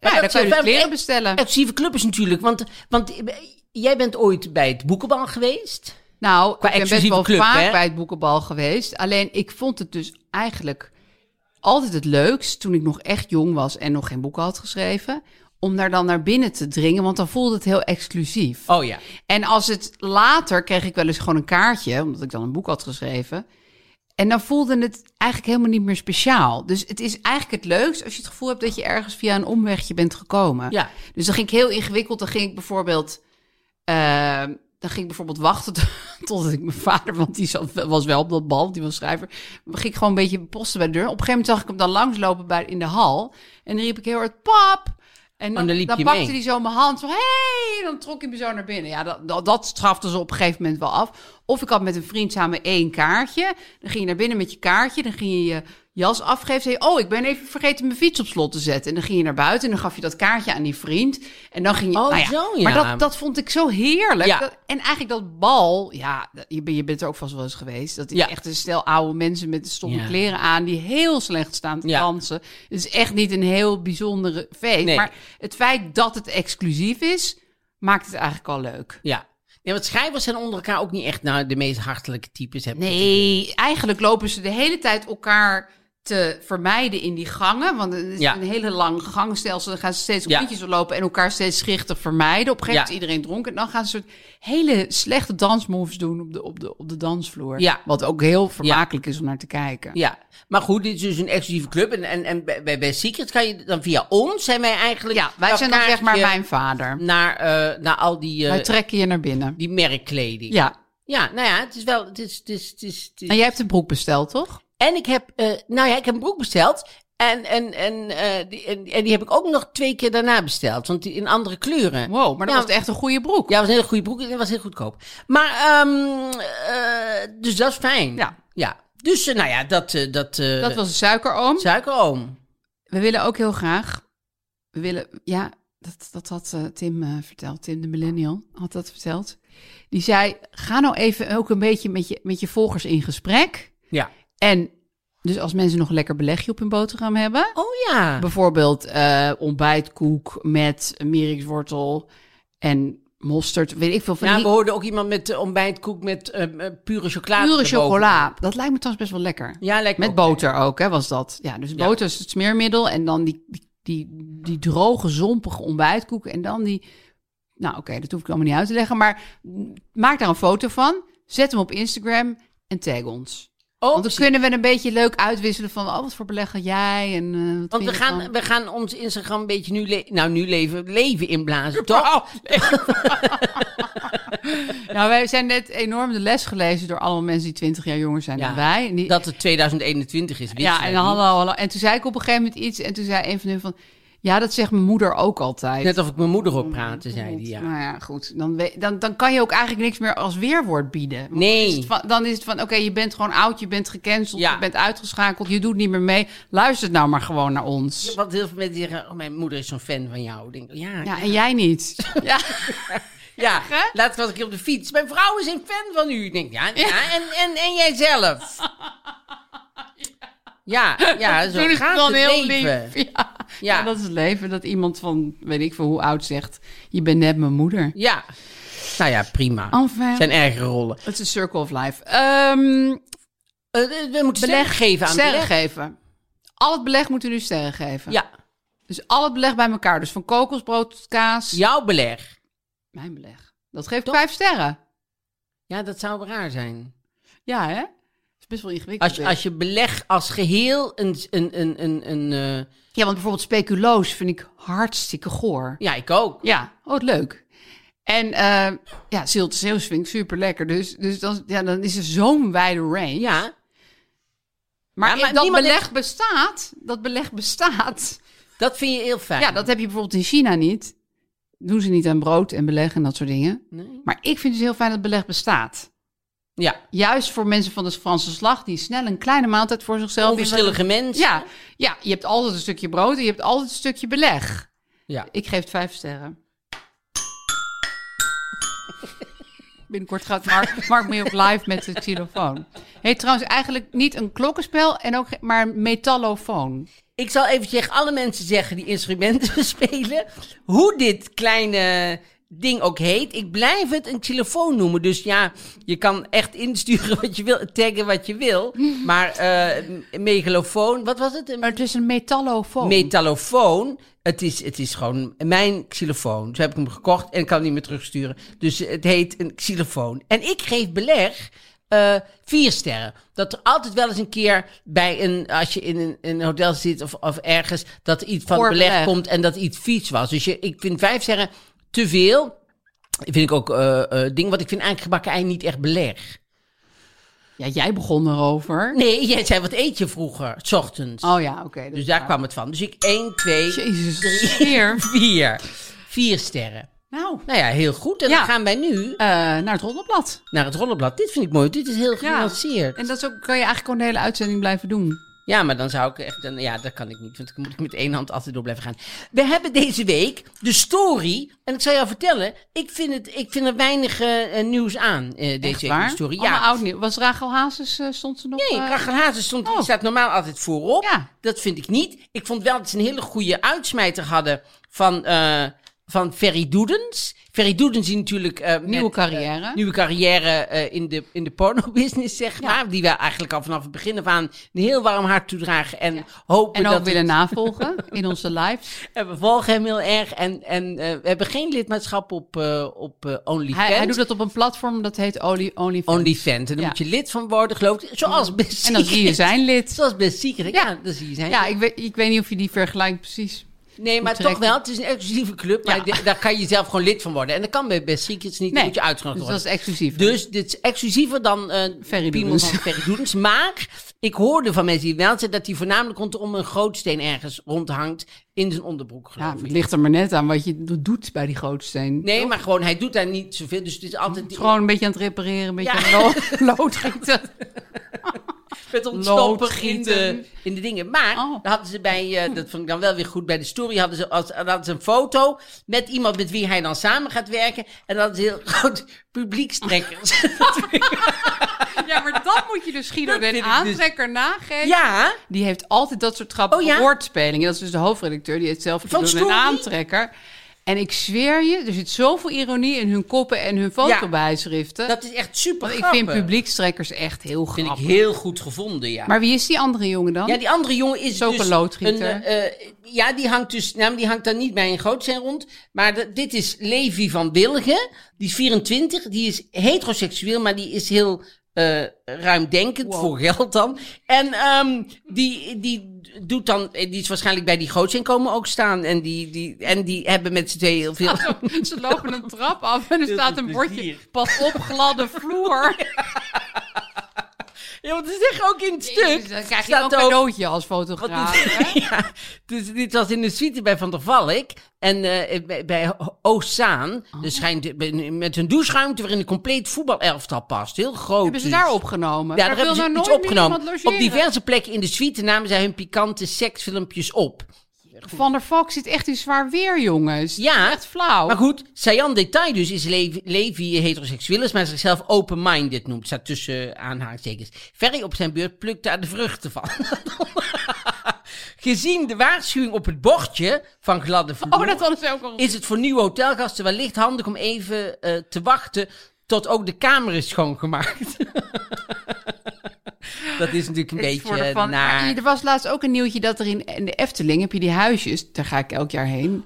Speaker 3: Maar dat
Speaker 2: dan kan je
Speaker 3: zijn
Speaker 2: dus
Speaker 3: wel-
Speaker 2: kleren
Speaker 3: eh,
Speaker 2: bestellen.
Speaker 3: Exclusieve club is natuurlijk, want, want eh, jij bent ooit bij het boekenbal geweest.
Speaker 2: Nou, ik ben best
Speaker 3: exclusieve
Speaker 2: wel
Speaker 3: club,
Speaker 2: vaak
Speaker 3: hè?
Speaker 2: bij het boekenbal geweest. Alleen ik vond het dus eigenlijk altijd het leukst toen ik nog echt jong was en nog geen boeken had geschreven. Om daar dan naar binnen te dringen, want dan voelde het heel exclusief.
Speaker 3: Oh ja.
Speaker 2: En als het later kreeg ik wel eens gewoon een kaartje, omdat ik dan een boek had geschreven. En dan voelde het eigenlijk helemaal niet meer speciaal. Dus het is eigenlijk het leukst als je het gevoel hebt dat je ergens via een omwegje bent gekomen.
Speaker 3: Ja.
Speaker 2: Dus dan ging ik heel ingewikkeld. Dan ging ik bijvoorbeeld, eh, dan ging ik bijvoorbeeld wachten tot- (laughs) totdat ik mijn vader, want die zat, was wel op dat bal, die was schrijver. Dan ging ik gewoon een beetje posten bij de deur. Op een gegeven moment zag ik hem dan langslopen bij, in de hal. En dan riep ik heel hard, pap! En dan,
Speaker 3: Oh, dan liep je
Speaker 2: pakte
Speaker 3: mee.
Speaker 2: hij zo mijn hand. Zo, hey! En dan trok hij me zo naar binnen. Ja, dat, dat, dat strafte ze op een gegeven moment wel af. Of ik had met een vriend samen één kaartje. Dan ging je naar binnen met je kaartje. Dan ging je je jas afgeven. Zei je, oh, ik ben even vergeten mijn fiets op slot te zetten. En dan ging je naar buiten en dan gaf je dat kaartje aan die vriend. En dan ging je...
Speaker 3: Oh,
Speaker 2: nou ja,
Speaker 3: zo, ja.
Speaker 2: Maar dat, dat vond ik zo heerlijk.
Speaker 3: Ja.
Speaker 2: Dat- en eigenlijk dat bal, ja, dat- je, bent- je bent er ook vast wel eens geweest. Dat is
Speaker 3: Ja.
Speaker 2: echt een stel oude mensen met stomme
Speaker 3: Ja.
Speaker 2: kleren aan... die heel slecht staan te
Speaker 3: Ja.
Speaker 2: dansen. Het is echt niet een heel bijzondere feest.
Speaker 3: Nee.
Speaker 2: Maar het feit dat het exclusief is... maakt het eigenlijk al leuk.
Speaker 3: Ja. Nee, want schrijvers zijn onder elkaar ook niet echt nou, de meest hartelijke types. Heb ik het idee.
Speaker 2: Nee, eigenlijk lopen ze de hele tijd elkaar te vermijden in die gangen. Want het is
Speaker 3: Ja.
Speaker 2: een hele lang gangstelsel. Dan gaan ze steeds op
Speaker 3: Ja.
Speaker 2: rondjes lopen en elkaar steeds schichtig vermijden. Op een gegeven moment
Speaker 3: Ja.
Speaker 2: is iedereen dronken. En dan gaan ze een soort hele slechte dansmoves doen op de, op de, op de dansvloer.
Speaker 3: Ja.
Speaker 2: Wat ook heel vermakelijk is om naar te kijken.
Speaker 3: Ja, maar goed, dit is dus een exclusieve club. En, en, en bij, bij- bij Secret kan je dan via ons zijn wij eigenlijk.
Speaker 2: Ja, wij
Speaker 3: dat
Speaker 2: zijn dan zeg maar
Speaker 3: kaartje
Speaker 2: mijn vader.
Speaker 3: Naar, eh, naar al die, eh,
Speaker 2: wij trekken je naar binnen.
Speaker 3: die merkkleding.
Speaker 2: Ja. Nou
Speaker 3: Ja, nou ja, het is wel. Het is, het is, het is, het is-
Speaker 2: En jij hebt een broek besteld, toch?
Speaker 3: En ik heb, eh, nou ja, ik heb een broek besteld. En, en, en, eh, die, en, en die heb ik ook nog twee keer daarna besteld. Want die in andere kleuren.
Speaker 2: Wow, maar dat
Speaker 3: Ja,
Speaker 2: was echt een goede broek.
Speaker 3: Ja, het was een hele goede broek en het was heel goedkoop. Maar, ehm, eh, dus dat is fijn.
Speaker 2: Ja.
Speaker 3: ja. Dus, eh, nou ja, dat, eh, dat, eh,
Speaker 2: Dat was een suikeroom.
Speaker 3: suikeroom.
Speaker 2: We willen ook heel graag. We willen, ja, dat, dat had eh, Tim eh, verteld. Tim de Millennial had dat verteld. Die zei: ga nou even ook een beetje met je, met je volgers in gesprek.
Speaker 3: Ja.
Speaker 2: En dus als mensen nog een lekker belegje op hun boterham hebben.
Speaker 3: Oh ja.
Speaker 2: Bijvoorbeeld eh, ontbijtkoek met mierikswortel en mosterd. Weet ik veel van
Speaker 3: Ja,
Speaker 2: die
Speaker 3: we hoorden ook iemand met eh, ontbijtkoek met eh, eh, pure chocolade.
Speaker 2: pure
Speaker 3: erboven.
Speaker 2: chocola. Dat lijkt me trouwens best wel lekker.
Speaker 3: Ja, lijkt me
Speaker 2: Met
Speaker 3: ook
Speaker 2: boter ook, hè, was dat. Ja, dus
Speaker 3: Ja.
Speaker 2: boter is het smeermiddel. En dan die, die, die, die droge, zompige ontbijtkoek. En dan die... Nou, oké, dat hoef ik allemaal niet uit te leggen. Maar mm, maak daar een foto van. Zet hem op Instagram en tag ons.
Speaker 3: Oh,
Speaker 2: Want dan
Speaker 3: precies.
Speaker 2: kunnen we een beetje leuk uitwisselen van... Oh, wat voor beleg had jij? En, eh, wat
Speaker 3: Want
Speaker 2: vind
Speaker 3: we
Speaker 2: je
Speaker 3: gaan,
Speaker 2: ervan?
Speaker 3: we gaan ons Instagram een beetje nu, le- nou, nu leven, leven inblazen, toch?
Speaker 2: Nou, wij zijn net enorm de les gelezen door allemaal mensen die 20 jaar jonger zijn dan wij. En die,
Speaker 3: Dat het 2021 is. wisten
Speaker 2: ja,
Speaker 3: wij
Speaker 2: en
Speaker 3: niet.
Speaker 2: hallo, hallo. En toen zei ik op een gegeven moment iets. En toen zei een van hun van... Ja, dat zegt mijn moeder ook altijd.
Speaker 3: Net of ik mijn moeder ook praatte, zei die. Ja.
Speaker 2: Nou ja, goed. Dan, we- dan, dan kan je ook eigenlijk niks meer als weerwoord bieden. Want
Speaker 3: Nee.
Speaker 2: Dan is het van, dan is het van oké, je bent gewoon oud, je bent gecanceld,
Speaker 3: Ja.
Speaker 2: je bent uitgeschakeld, je doet niet meer mee. Luister nou maar gewoon naar ons.
Speaker 3: Want heel veel mensen zeggen, oh, mijn moeder is zo'n fan van jou. Ik Denk, ja,
Speaker 2: Ja,
Speaker 3: ja,
Speaker 2: en jij
Speaker 3: (laughs)
Speaker 2: niet. Ja.
Speaker 3: ja.
Speaker 2: hè?
Speaker 3: laatst was ik op de fiets. Mijn vrouw is een fan van u. Ik Denk, ja, ja. En, en, en
Speaker 2: (laughs)
Speaker 3: jijzelf. Ja, ja, zo
Speaker 2: Toen is
Speaker 3: gaat
Speaker 2: dan
Speaker 3: het
Speaker 2: heel
Speaker 3: leven.
Speaker 2: lief. Ja.
Speaker 3: Ja.
Speaker 2: Ja, dat is het leven. Dat iemand van, weet ik veel hoe oud zegt, je bent net mijn moeder.
Speaker 3: Ja. Nou ja, prima.
Speaker 2: Enfin.
Speaker 3: zijn ergere rollen.
Speaker 2: Het is een circle of life. Ehm
Speaker 3: Eh, eh, we moeten beleg
Speaker 2: beleg
Speaker 3: geven aan
Speaker 2: sterren
Speaker 3: beleg.
Speaker 2: geven. Al het beleg moeten we nu sterren geven.
Speaker 3: Ja,
Speaker 2: Dus al het beleg bij elkaar. Dus van kokosbrood tot kaas.
Speaker 3: jouw beleg.
Speaker 2: Mijn beleg. Dat geeft vijf sterren.
Speaker 3: Ja, dat zou raar zijn.
Speaker 2: Ja, hè? is best wel ingewikkeld.
Speaker 3: Als je, als je beleg als geheel een... een, een, een, een eh,
Speaker 2: Ja, want bijvoorbeeld speculoos vind ik hartstikke goor.
Speaker 3: ja, ik ook.
Speaker 2: Ja, oh, wat leuk. En eh, ja, zilte zeeuws vind ik super lekker. Dus, dus dan, ja, dan is er zo'n wijde range.
Speaker 3: Ja.
Speaker 2: maar,
Speaker 3: Ja, maar
Speaker 2: dat
Speaker 3: niemand
Speaker 2: beleg bestaat, dat beleg bestaat.
Speaker 3: Dat vind je heel fijn.
Speaker 2: Ja, dat heb je bijvoorbeeld in China niet. Doen ze niet aan brood en beleg en dat soort dingen. Maar ik vind het heel fijn dat beleg bestaat.
Speaker 3: Ja.
Speaker 2: Juist voor mensen van de Franse slag die snel een kleine maaltijd voor zichzelf inwerken.
Speaker 3: Onverschillige mensen.
Speaker 2: Ja, ja, je hebt altijd een stukje brood en je hebt altijd een stukje beleg.
Speaker 3: Ja.
Speaker 2: Ik geef het vijf sterren. Binnenkort gaat Mark, Mark mee op live met zijn xylofoon. Heet trouwens eigenlijk niet een klokkenspel, en ook, ge- maar een metallofoon.
Speaker 3: Ik zal even tegen alle mensen zeggen die instrumenten (laughs) spelen, hoe dit kleine ding ook heet. Ik blijf het een telefoon noemen. Dus ja, je kan echt insturen (laughs) wat je wil, taggen wat je wil. Maar eh, een megalofoon, wat was het? Een
Speaker 2: Maar het is een metallofoon.
Speaker 3: metallofoon. Het is, het is gewoon mijn xylofoon. Zo heb ik hem gekocht en ik kan hem niet meer terugsturen. Dus het heet een xylofoon. En ik geef beleg eh, vier sterren. Dat er altijd wel eens een keer bij een, als je in een, een hotel zit of, of ergens, dat er iets van
Speaker 2: Voor
Speaker 3: beleg,
Speaker 2: beleg.
Speaker 3: komt en dat iets fiets was. Dus je, ik vind vijf sterren te veel. Vind ik ook eh, eh, ding, want ik vind eigenlijk gebakken ei niet echt beleg.
Speaker 2: ja, jij begon erover.
Speaker 3: Nee, jij zei wat eet je vroeger, s ochtends.
Speaker 2: Oh ja, oké. dat
Speaker 3: dus
Speaker 2: is
Speaker 3: daar
Speaker 2: waar.
Speaker 3: kwam het van. Dus ik één, twee, (laughs)
Speaker 2: (laughs) Jezus, sfeer.
Speaker 3: Vier. Vier sterren.
Speaker 2: Nou,
Speaker 3: Nou ja, heel goed. En
Speaker 2: Ja.
Speaker 3: dan gaan wij nu
Speaker 2: eh, naar het roddelblad.
Speaker 3: naar het rollenblad. Dit vind ik mooi. Dit is heel genuanceerd.
Speaker 2: En dat is ook, kan je eigenlijk gewoon de hele uitzending blijven doen.
Speaker 3: Ja, maar dan zou ik echt... Dan, ja, dat kan ik niet. Want dan moet ik met één hand altijd door blijven gaan. We hebben deze week de story. En ik zal jou vertellen. Ik vind, het, ik vind er weinig eh, eh, nieuws aan eh, deze
Speaker 2: Echt
Speaker 3: week.
Speaker 2: waar?
Speaker 3: De story.
Speaker 2: Allemaal
Speaker 3: Ja.
Speaker 2: oud nieuw. Was Rachel Hazes, eh, stond ze nog?
Speaker 3: Nee,
Speaker 2: eh,
Speaker 3: Rachel Hazes stond,
Speaker 2: Oh.
Speaker 3: staat normaal altijd voorop.
Speaker 2: Ja.
Speaker 3: Dat vind ik niet. Ik vond wel dat ze een hele goede uitsmijter hadden van, eh van Ferry Doedens. Ferry Doedens die natuurlijk... eh, met,
Speaker 2: Nieuwe
Speaker 3: eh,
Speaker 2: carrière.
Speaker 3: nieuwe carrière eh, in de, in de porno-business, zeg maar. Die we eigenlijk al vanaf het begin af aan een heel warm hart toedragen. En hopen
Speaker 2: en
Speaker 3: dat...
Speaker 2: ook
Speaker 3: het-
Speaker 2: willen navolgen (laughs) in onze lives.
Speaker 3: en we volgen hem heel erg. En, en eh, we hebben geen lidmaatschap op, eh, op eh, OnlyFans.
Speaker 2: Hij, hij doet dat op een platform dat heet Only, OnlyFans.
Speaker 3: OnlyFans. En daar
Speaker 2: Ja.
Speaker 3: moet je lid van worden, geloof ik. Zoals bij
Speaker 2: En dan zie je
Speaker 3: Secret.
Speaker 2: zijn lid.
Speaker 3: Zoals bij Secret. Ja, dat zie je zijn.
Speaker 2: Ja, ik weet, ik weet niet of je die vergelijkt precies.
Speaker 3: Nee, maar
Speaker 2: Moet
Speaker 3: toch
Speaker 2: direct-
Speaker 3: wel. Het is een exclusieve club. Maar
Speaker 2: Ja.
Speaker 3: de- daar kan je zelf gewoon lid van worden. En dat kan bij Best Secrets niet. Dan
Speaker 2: Nee,
Speaker 3: moet je uitgenodigd
Speaker 2: dus dat is
Speaker 3: worden.
Speaker 2: exclusief.
Speaker 3: Dus dit is exclusiever dan eh
Speaker 2: Ferry
Speaker 3: Piemel
Speaker 2: Doedens.
Speaker 3: van Ferry Doedens. Maar ik hoorde van mensen die het wel zeiden... dat hij voornamelijk rondom een gootsteen ergens rondhangt... in zijn onderbroek,
Speaker 2: ja,
Speaker 3: geloof ik.
Speaker 2: het ligt er maar net aan wat je do- doet bij die gootsteen.
Speaker 3: Nee, maar gewoon, hij doet daar niet zoveel. Dus het is altijd...
Speaker 2: Het is Gewoon een beetje aan het repareren, een beetje
Speaker 3: Ja.
Speaker 2: aan het lo- (laughs) loodgieten.
Speaker 3: met ontstoppen in de,
Speaker 2: Loodgieten.
Speaker 3: in de dingen. Maar
Speaker 2: Oh.
Speaker 3: daar hadden ze bij, eh, dat vond ik dan wel weer goed bij de story, hadden ze, als, hadden ze een foto met iemand met wie hij dan samen gaat werken. En dat is heel groot (laughs) publiekstrekkers.
Speaker 2: Ja, maar dat moet je dus Guido
Speaker 3: Dat
Speaker 2: den
Speaker 3: vind ik dus-
Speaker 2: aantrekker nageven.
Speaker 3: ja,
Speaker 2: Die heeft altijd dat soort grappige
Speaker 3: Oh, ja?
Speaker 2: woordspelingen. Dat is dus de hoofdredacteur, die heeft zelf
Speaker 3: Van
Speaker 2: Guido den
Speaker 3: Story?
Speaker 2: aantrekker. En ik zweer je, er zit zoveel ironie in hun koppen en hun fotobijschriften.
Speaker 3: dat is echt super
Speaker 2: Want ik
Speaker 3: grappig.
Speaker 2: vind publiekstrekkers echt heel
Speaker 3: Vind ik
Speaker 2: grappig.
Speaker 3: heel goed gevonden, ja.
Speaker 2: Maar wie is die andere jongen dan?
Speaker 3: ja, die andere jongen is
Speaker 2: Zo'n
Speaker 3: dus
Speaker 2: loodgieter.
Speaker 3: eh, eh, ja, die hangt dus, nou, maar die hangt dan niet bij een gootsteen rond. Maar dat- dit is Levi van Wilgen. Die is 24. Die is heteroseksueel, maar die is heel eh, ruimdenkend voor geld dan. En ehm, die, die doet dan, eh, die is waarschijnlijk bij die gootsteen komen ook staan. En die, die, en die hebben met z'n tweeën heel veel.
Speaker 2: (laughs) Ze lopen een trap af en er staat een
Speaker 3: dus
Speaker 2: bordje.
Speaker 3: hier.
Speaker 2: Pas op, gladde
Speaker 3: (laughs) (laughs)
Speaker 2: vloer. (laughs)
Speaker 3: Ja, want ze zeggen ook in het stuk.
Speaker 2: Dus dan krijg je
Speaker 3: staat
Speaker 2: ook een
Speaker 3: ook-
Speaker 2: cadeautje als
Speaker 3: Want
Speaker 2: fotograaf.
Speaker 3: dit- (laughs) ja, dus dit was in de suite bij Van der Valk. En eh, bij, bij Ho- Ozaan.
Speaker 2: Oh.
Speaker 3: Dus schijnt bij- met een doucheruimte waarin een compleet voetbalelftal past. Heel groot.
Speaker 2: Hebben ze
Speaker 3: dus.
Speaker 2: daar opgenomen?
Speaker 3: Ja, daar hebben ze
Speaker 2: wil nou
Speaker 3: iets
Speaker 2: nooit meer
Speaker 3: opgenomen.
Speaker 2: iemand
Speaker 3: Op
Speaker 2: logeren.
Speaker 3: diverse plekken in de suite namen zij hun pikante seksfilmpjes op.
Speaker 2: Van der Valk zit echt in zwaar weer, jongens.
Speaker 3: Ja.
Speaker 2: Echt flauw.
Speaker 3: Maar goed, Sayan Detail dus is Levi, Levi heteroseksueel is, maar zichzelf open-minded noemt. Staat tussen aanhalingstekens. Ferry op zijn beurt plukt daar de vruchten van. (laughs) Gezien de waarschuwing op het bordje van gladde vloer...
Speaker 2: Oh, dat hadden ze ook al.
Speaker 3: is het voor nieuwe hotelgasten wellicht handig om even eh, te wachten tot ook de kamer is schoongemaakt. (laughs) dat is natuurlijk een
Speaker 2: Het wordt
Speaker 3: beetje
Speaker 2: ervan-
Speaker 3: naar...
Speaker 2: Maar Er was laatst ook een nieuwtje dat er in, in de Efteling heb je die huisjes. Daar ga ik elk jaar heen.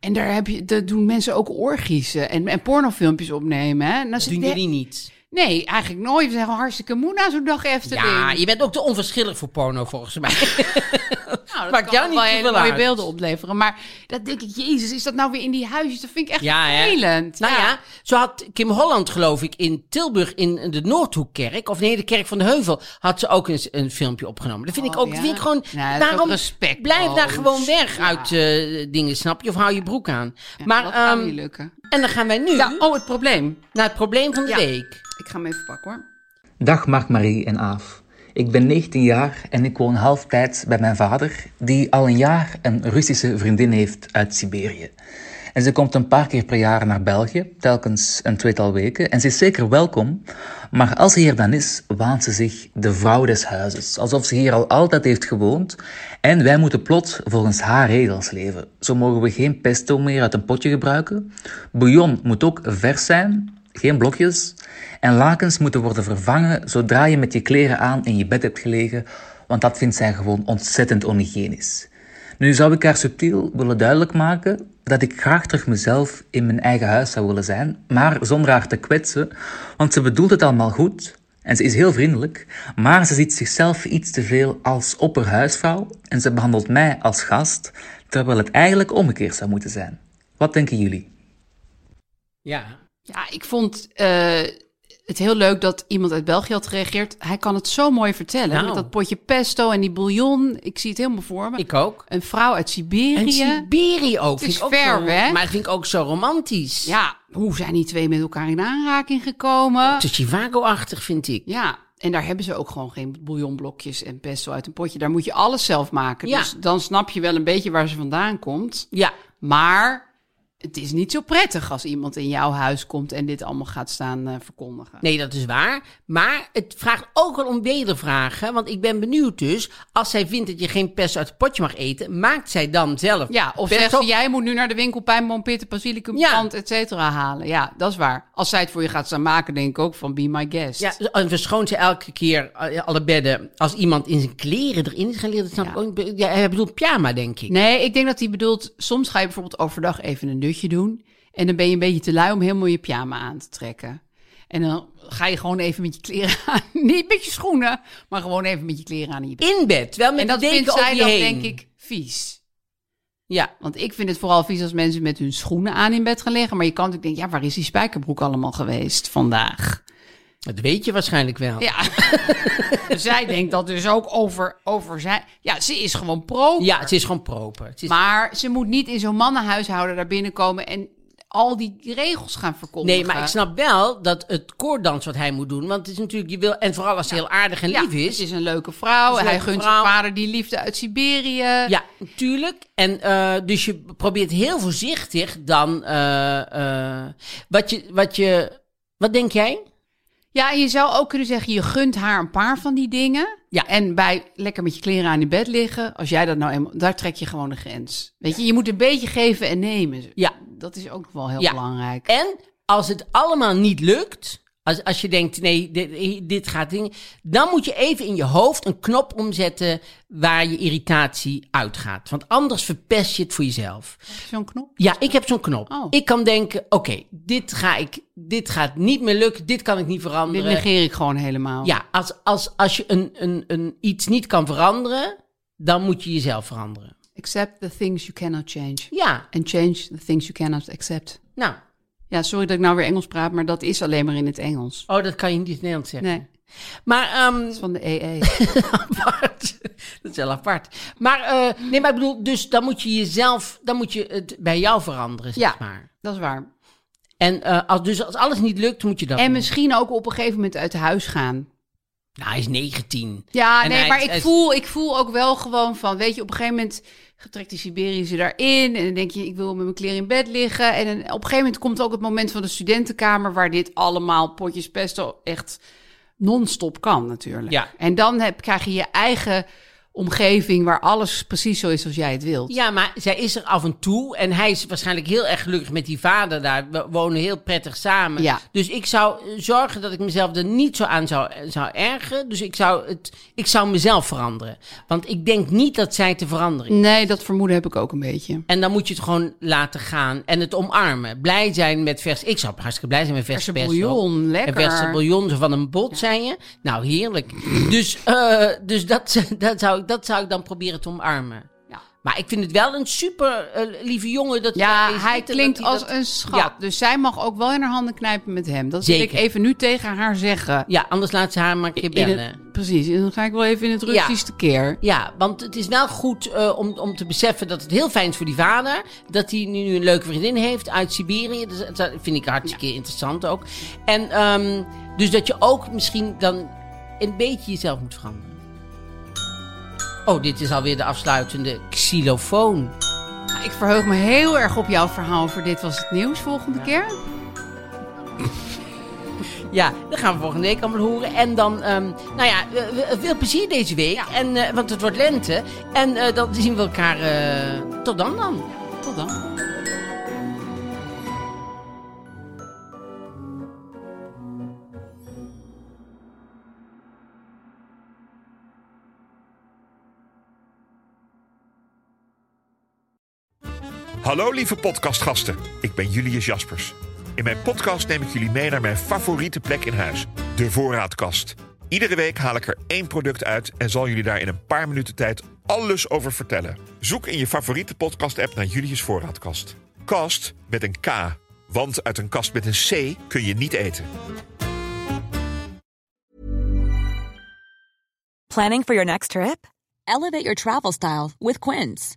Speaker 2: En daar, heb je, daar doen mensen ook orgies eh, en, en pornofilmpjes opnemen. Hè? Nou, zit
Speaker 3: Doen
Speaker 2: de-
Speaker 3: jullie niet?
Speaker 2: Nee, eigenlijk nooit. We zijn gewoon hartstikke moe na zo'n dag Efteling.
Speaker 3: Ja, je bent ook te onverschillig voor porno volgens mij.
Speaker 2: Nou, dat
Speaker 3: maakt
Speaker 2: kan
Speaker 3: jou
Speaker 2: ook
Speaker 3: niet
Speaker 2: wel hele
Speaker 3: zoveel
Speaker 2: mooie
Speaker 3: uit.
Speaker 2: beelden opleveren. Maar dat denk ik, jezus, is dat nou weer in die huisjes? Dat vind ik echt
Speaker 3: Ja, hè?
Speaker 2: vervelend.
Speaker 3: Nou ja, zo had Kim Holland, geloof ik, in Tilburg in de Noordhoekkerk, of nee, de Kerk van de Heuvel, had ze ook een, een filmpje opgenomen. Dat vind ik
Speaker 2: Oh,
Speaker 3: ook,
Speaker 2: ja?
Speaker 3: dat vind ik gewoon,
Speaker 2: Ja, dat is ook
Speaker 3: daarom
Speaker 2: respectloos.
Speaker 3: blijf daar gewoon weg
Speaker 2: Ja.
Speaker 3: uit eh, dingen, snap je? Of hou je broek aan. maar,
Speaker 2: dat kan
Speaker 3: ehm,
Speaker 2: niet lukken.
Speaker 3: en dan gaan wij nu
Speaker 2: Ja, oh, het probleem.
Speaker 3: naar het probleem van de
Speaker 2: Ja.
Speaker 3: week.
Speaker 2: Ik ga hem even pakken hoor.
Speaker 4: Dag Mark, Marie en Aaf. Ik ben 19 jaar en ik woon halftijds bij mijn vader, die al een jaar een Russische vriendin heeft uit Siberië. En ze komt een paar keer per jaar naar België, telkens een tweetal weken, en ze is zeker welkom. Maar als ze hier dan is, waant ze zich de vrouw des huizes, alsof ze hier al altijd heeft gewoond. En wij moeten plots volgens haar regels leven. Zo mogen we geen pesto meer uit een potje gebruiken. Bouillon moet ook vers zijn, geen blokjes. En lakens moeten worden vervangen zodra je met je kleren aan in je bed hebt gelegen, want dat vindt zij gewoon ontzettend onhygiënisch. Nu zou ik haar subtiel willen duidelijk maken dat ik graag terug mezelf in mijn eigen huis zou willen zijn, maar zonder haar te kwetsen, want ze bedoelt het allemaal goed en ze is heel vriendelijk, maar ze ziet zichzelf iets te veel als opperhuisvrouw en ze behandelt mij als gast, terwijl het eigenlijk omgekeerd zou moeten zijn. Wat denken jullie?
Speaker 3: Ja.
Speaker 2: Ja, ik vond eh, het heel leuk dat iemand uit België had gereageerd. Hij kan het zo mooi vertellen.
Speaker 3: Nou.
Speaker 2: Met dat potje pesto en die bouillon. Ik zie het helemaal voor me.
Speaker 3: Ik ook.
Speaker 2: Een vrouw uit Siberië.
Speaker 3: En Siberië ook.
Speaker 2: Het
Speaker 3: vind
Speaker 2: is
Speaker 3: ik ook
Speaker 2: ver
Speaker 3: zo-
Speaker 2: weg.
Speaker 3: Maar dat vind ik ook zo romantisch.
Speaker 2: Ja, hoe zijn die twee met elkaar in aanraking gekomen?
Speaker 3: Het is Chivago-achtig, vind ik.
Speaker 2: Ja, en daar hebben ze ook gewoon geen bouillonblokjes en pesto uit een potje. Daar moet je alles zelf maken.
Speaker 3: Ja.
Speaker 2: Dus dan snap je wel een beetje waar ze vandaan komt.
Speaker 3: Ja.
Speaker 2: Maar het is niet zo prettig als iemand in jouw huis komt en dit allemaal gaat staan eh, verkondigen.
Speaker 3: Nee, dat is waar. Maar het vraagt ook wel om wedervragen. Want ik ben benieuwd dus, als zij vindt dat je geen pesto uit het potje mag eten, maakt zij dan zelf
Speaker 2: Ja, of
Speaker 3: pesto?
Speaker 2: zegt ze, jij moet nu naar de winkel pijn, bompitten, basilicum,
Speaker 3: Ja.
Speaker 2: plant, et cetera halen. Ja, dat is waar. Als zij het voor je gaat staan maken, denk ik ook van be my guest.
Speaker 3: Ja, en verschoont ze elke keer eh, alle bedden als iemand in zijn kleren erin is gaan liggen. Dat snap ik ook niet. Ja, hij bedoelt pyjama, denk ik.
Speaker 2: Nee, ik denk dat hij bedoelt, soms ga je bijvoorbeeld overdag even een dutje doen. En dan ben je een beetje te lui om helemaal je pyjama aan te trekken. En dan ga je gewoon even met je kleren (laughs) aan. Niet met je schoenen, maar gewoon even met je kleren aan. En, je bed.
Speaker 3: In bed, wel met
Speaker 2: en dat
Speaker 3: de deken
Speaker 2: vindt zij
Speaker 3: over je
Speaker 2: dan,
Speaker 3: heen.
Speaker 2: denk ik, vies.
Speaker 3: Ja.
Speaker 2: Want ik vind het vooral vies als mensen met hun schoenen aan in bed gaan liggen. Maar je kan natuurlijk denken, ja, waar is die spijkerbroek allemaal geweest vandaag?
Speaker 3: Dat weet je waarschijnlijk wel.
Speaker 2: Ja, (laughs) zij denkt dat dus ook over, over zij. Ja, ze is gewoon pro.
Speaker 3: Ja, het is gewoon proper. Het is...
Speaker 2: Maar ze moet niet in zo'n mannenhuishouden daar binnenkomen en al die regels gaan verkondigen.
Speaker 3: Nee, maar ik snap wel dat het koorddans wat hij moet doen. Want het is natuurlijk, je wil, en vooral als ze heel aardig en
Speaker 2: ja,
Speaker 3: lief is.
Speaker 2: Het is een leuke vrouw.
Speaker 3: Het is een
Speaker 2: Hij
Speaker 3: leuke
Speaker 2: gunt
Speaker 3: vrouw.
Speaker 2: zijn vader die liefde uit Siberië.
Speaker 3: (laughs) Ja, natuurlijk. En eh, dus je probeert heel voorzichtig dan. eh, eh, wat, je, wat je. Wat denk jij?
Speaker 2: Ja, en je zou ook kunnen zeggen, je gunt haar een paar van die dingen.
Speaker 3: Ja.
Speaker 2: En bij lekker met je kleren aan in bed liggen, als jij dat nou eenmaal, daar trek je gewoon de grens. Weet je, je moet een beetje geven en nemen.
Speaker 3: Ja.
Speaker 2: Dat is ook wel heel
Speaker 3: Ja.
Speaker 2: belangrijk.
Speaker 3: En als het allemaal niet lukt. Als, als je denkt, nee, dit, dit gaat ding. Dan moet je even in je hoofd een knop omzetten waar je irritatie uitgaat. Want anders verpest je het voor jezelf.
Speaker 2: Zo'n knop.
Speaker 3: Ja, ik heb zo'n knop.
Speaker 2: Oh.
Speaker 3: Ik kan denken, oké, dit ga ik, dit gaat niet meer lukken, dit kan ik niet
Speaker 2: Dit
Speaker 3: veranderen.
Speaker 2: negeer ik gewoon helemaal.
Speaker 3: Ja, als, als, als je een, een, een iets niet kan veranderen, dan moet je jezelf veranderen.
Speaker 2: Accept the things you cannot change.
Speaker 3: Ja,
Speaker 2: And change the things you cannot accept.
Speaker 3: nou,
Speaker 2: Ja, sorry dat ik nou weer Engels praat, maar dat is alleen maar in het Engels.
Speaker 3: oh, dat kan je niet in het Nederlands zeggen.
Speaker 2: Nee,
Speaker 3: Maar, ehm,
Speaker 2: van de EE.
Speaker 3: (laughs) apart. dat is wel apart. Maar, eh, nee, maar ik bedoel, dus dan moet je jezelf, dan moet je het bij jou veranderen, zeg
Speaker 2: Ja.
Speaker 3: maar.
Speaker 2: Dat is waar.
Speaker 3: En eh, als, dus als alles niet lukt, moet je dat
Speaker 2: En
Speaker 3: doen.
Speaker 2: misschien ook op een gegeven moment uit huis gaan.
Speaker 3: Nou, hij is 19.
Speaker 2: Ja,
Speaker 3: En
Speaker 2: nee,
Speaker 3: hij-
Speaker 2: maar ik
Speaker 3: hij-
Speaker 2: voel, ik voel ook wel gewoon van, weet je, op een gegeven moment trekt die Siberische daarin. En dan denk je, ik wil met mijn kleren in bed liggen. En dan- op een gegeven moment komt ook het moment van de studentenkamer, waar dit allemaal potjes pesto echt non-stop kan natuurlijk.
Speaker 3: Ja.
Speaker 2: En dan heb, krijg je je eigen omgeving waar alles precies zo is als jij het wilt.
Speaker 3: Ja, maar zij is er af en toe. En hij is waarschijnlijk heel erg gelukkig met die vader daar. We wonen heel prettig samen.
Speaker 2: Ja.
Speaker 3: Dus ik zou eh, zorgen dat ik mezelf er niet zo aan zou, zou ergeren. Dus ik zou, het, ik zou mezelf veranderen. Want ik denk niet dat zij te veranderen is.
Speaker 2: Nee, dat vermoeden heb ik ook een beetje.
Speaker 3: En dan moet je het gewoon laten gaan en het omarmen. Blij zijn met vers. Ik zou hartstikke blij zijn met vers
Speaker 2: Verse bouillon, lekker.
Speaker 3: En verse bouillon, zo van een bot, zei je. Nou, heerlijk. dus eh, dus dat, (laughs) dat, zou, ik- dat zou ik dan proberen te omarmen.
Speaker 2: Ja.
Speaker 3: Maar ik vind het wel een super eh, lieve jongen. Dat
Speaker 2: Ja,
Speaker 3: is
Speaker 2: hij
Speaker 3: niet dat
Speaker 2: klinkt
Speaker 3: hij
Speaker 2: als
Speaker 3: dat-
Speaker 2: een schat.
Speaker 3: Ja.
Speaker 2: Dus zij mag ook wel in haar handen knijpen met hem. Dat wil ik
Speaker 3: Zeker.
Speaker 2: even nu tegen haar zeggen.
Speaker 3: Ja, anders laat ze haar maar een keer
Speaker 2: In
Speaker 3: bellen.
Speaker 2: het, precies, en dan ga ik wel even in het Russisch te keer.
Speaker 3: Ja, want het is wel goed eh, om, om te beseffen dat het heel fijn is voor die vader. Dat hij nu een leuke vriendin heeft uit Siberië. Dus dat- dat vind ik hartstikke interessant ook. En ehm, dus dat je ook misschien dan een beetje jezelf moet veranderen. Oh, dit is alweer de afsluitende xylofoon.
Speaker 2: Ik verheug me heel erg op jouw verhaal voor Dit Was Het Nieuws volgende keer.
Speaker 3: Ja, dat gaan we volgende week allemaal horen. En dan, ehm, nou ja, eh, eh, veel plezier deze week. En, eh, want het wordt lente. En eh, dan zien we elkaar eh, tot dan dan.
Speaker 2: Tot dan.
Speaker 5: Hallo lieve podcastgasten, ik ben Julius Jaspers. In mijn podcast neem ik jullie mee naar mijn favoriete plek in huis, de voorraadkast. Iedere week haal ik er één product uit en zal jullie daar in een paar minuten tijd alles over vertellen. Zoek in je favoriete podcast-app naar Julius Voorraadkast. Kast met een K, want uit een kast met een C kun je niet eten.
Speaker 6: Planning for your next trip? Elevate your travel style with Quince.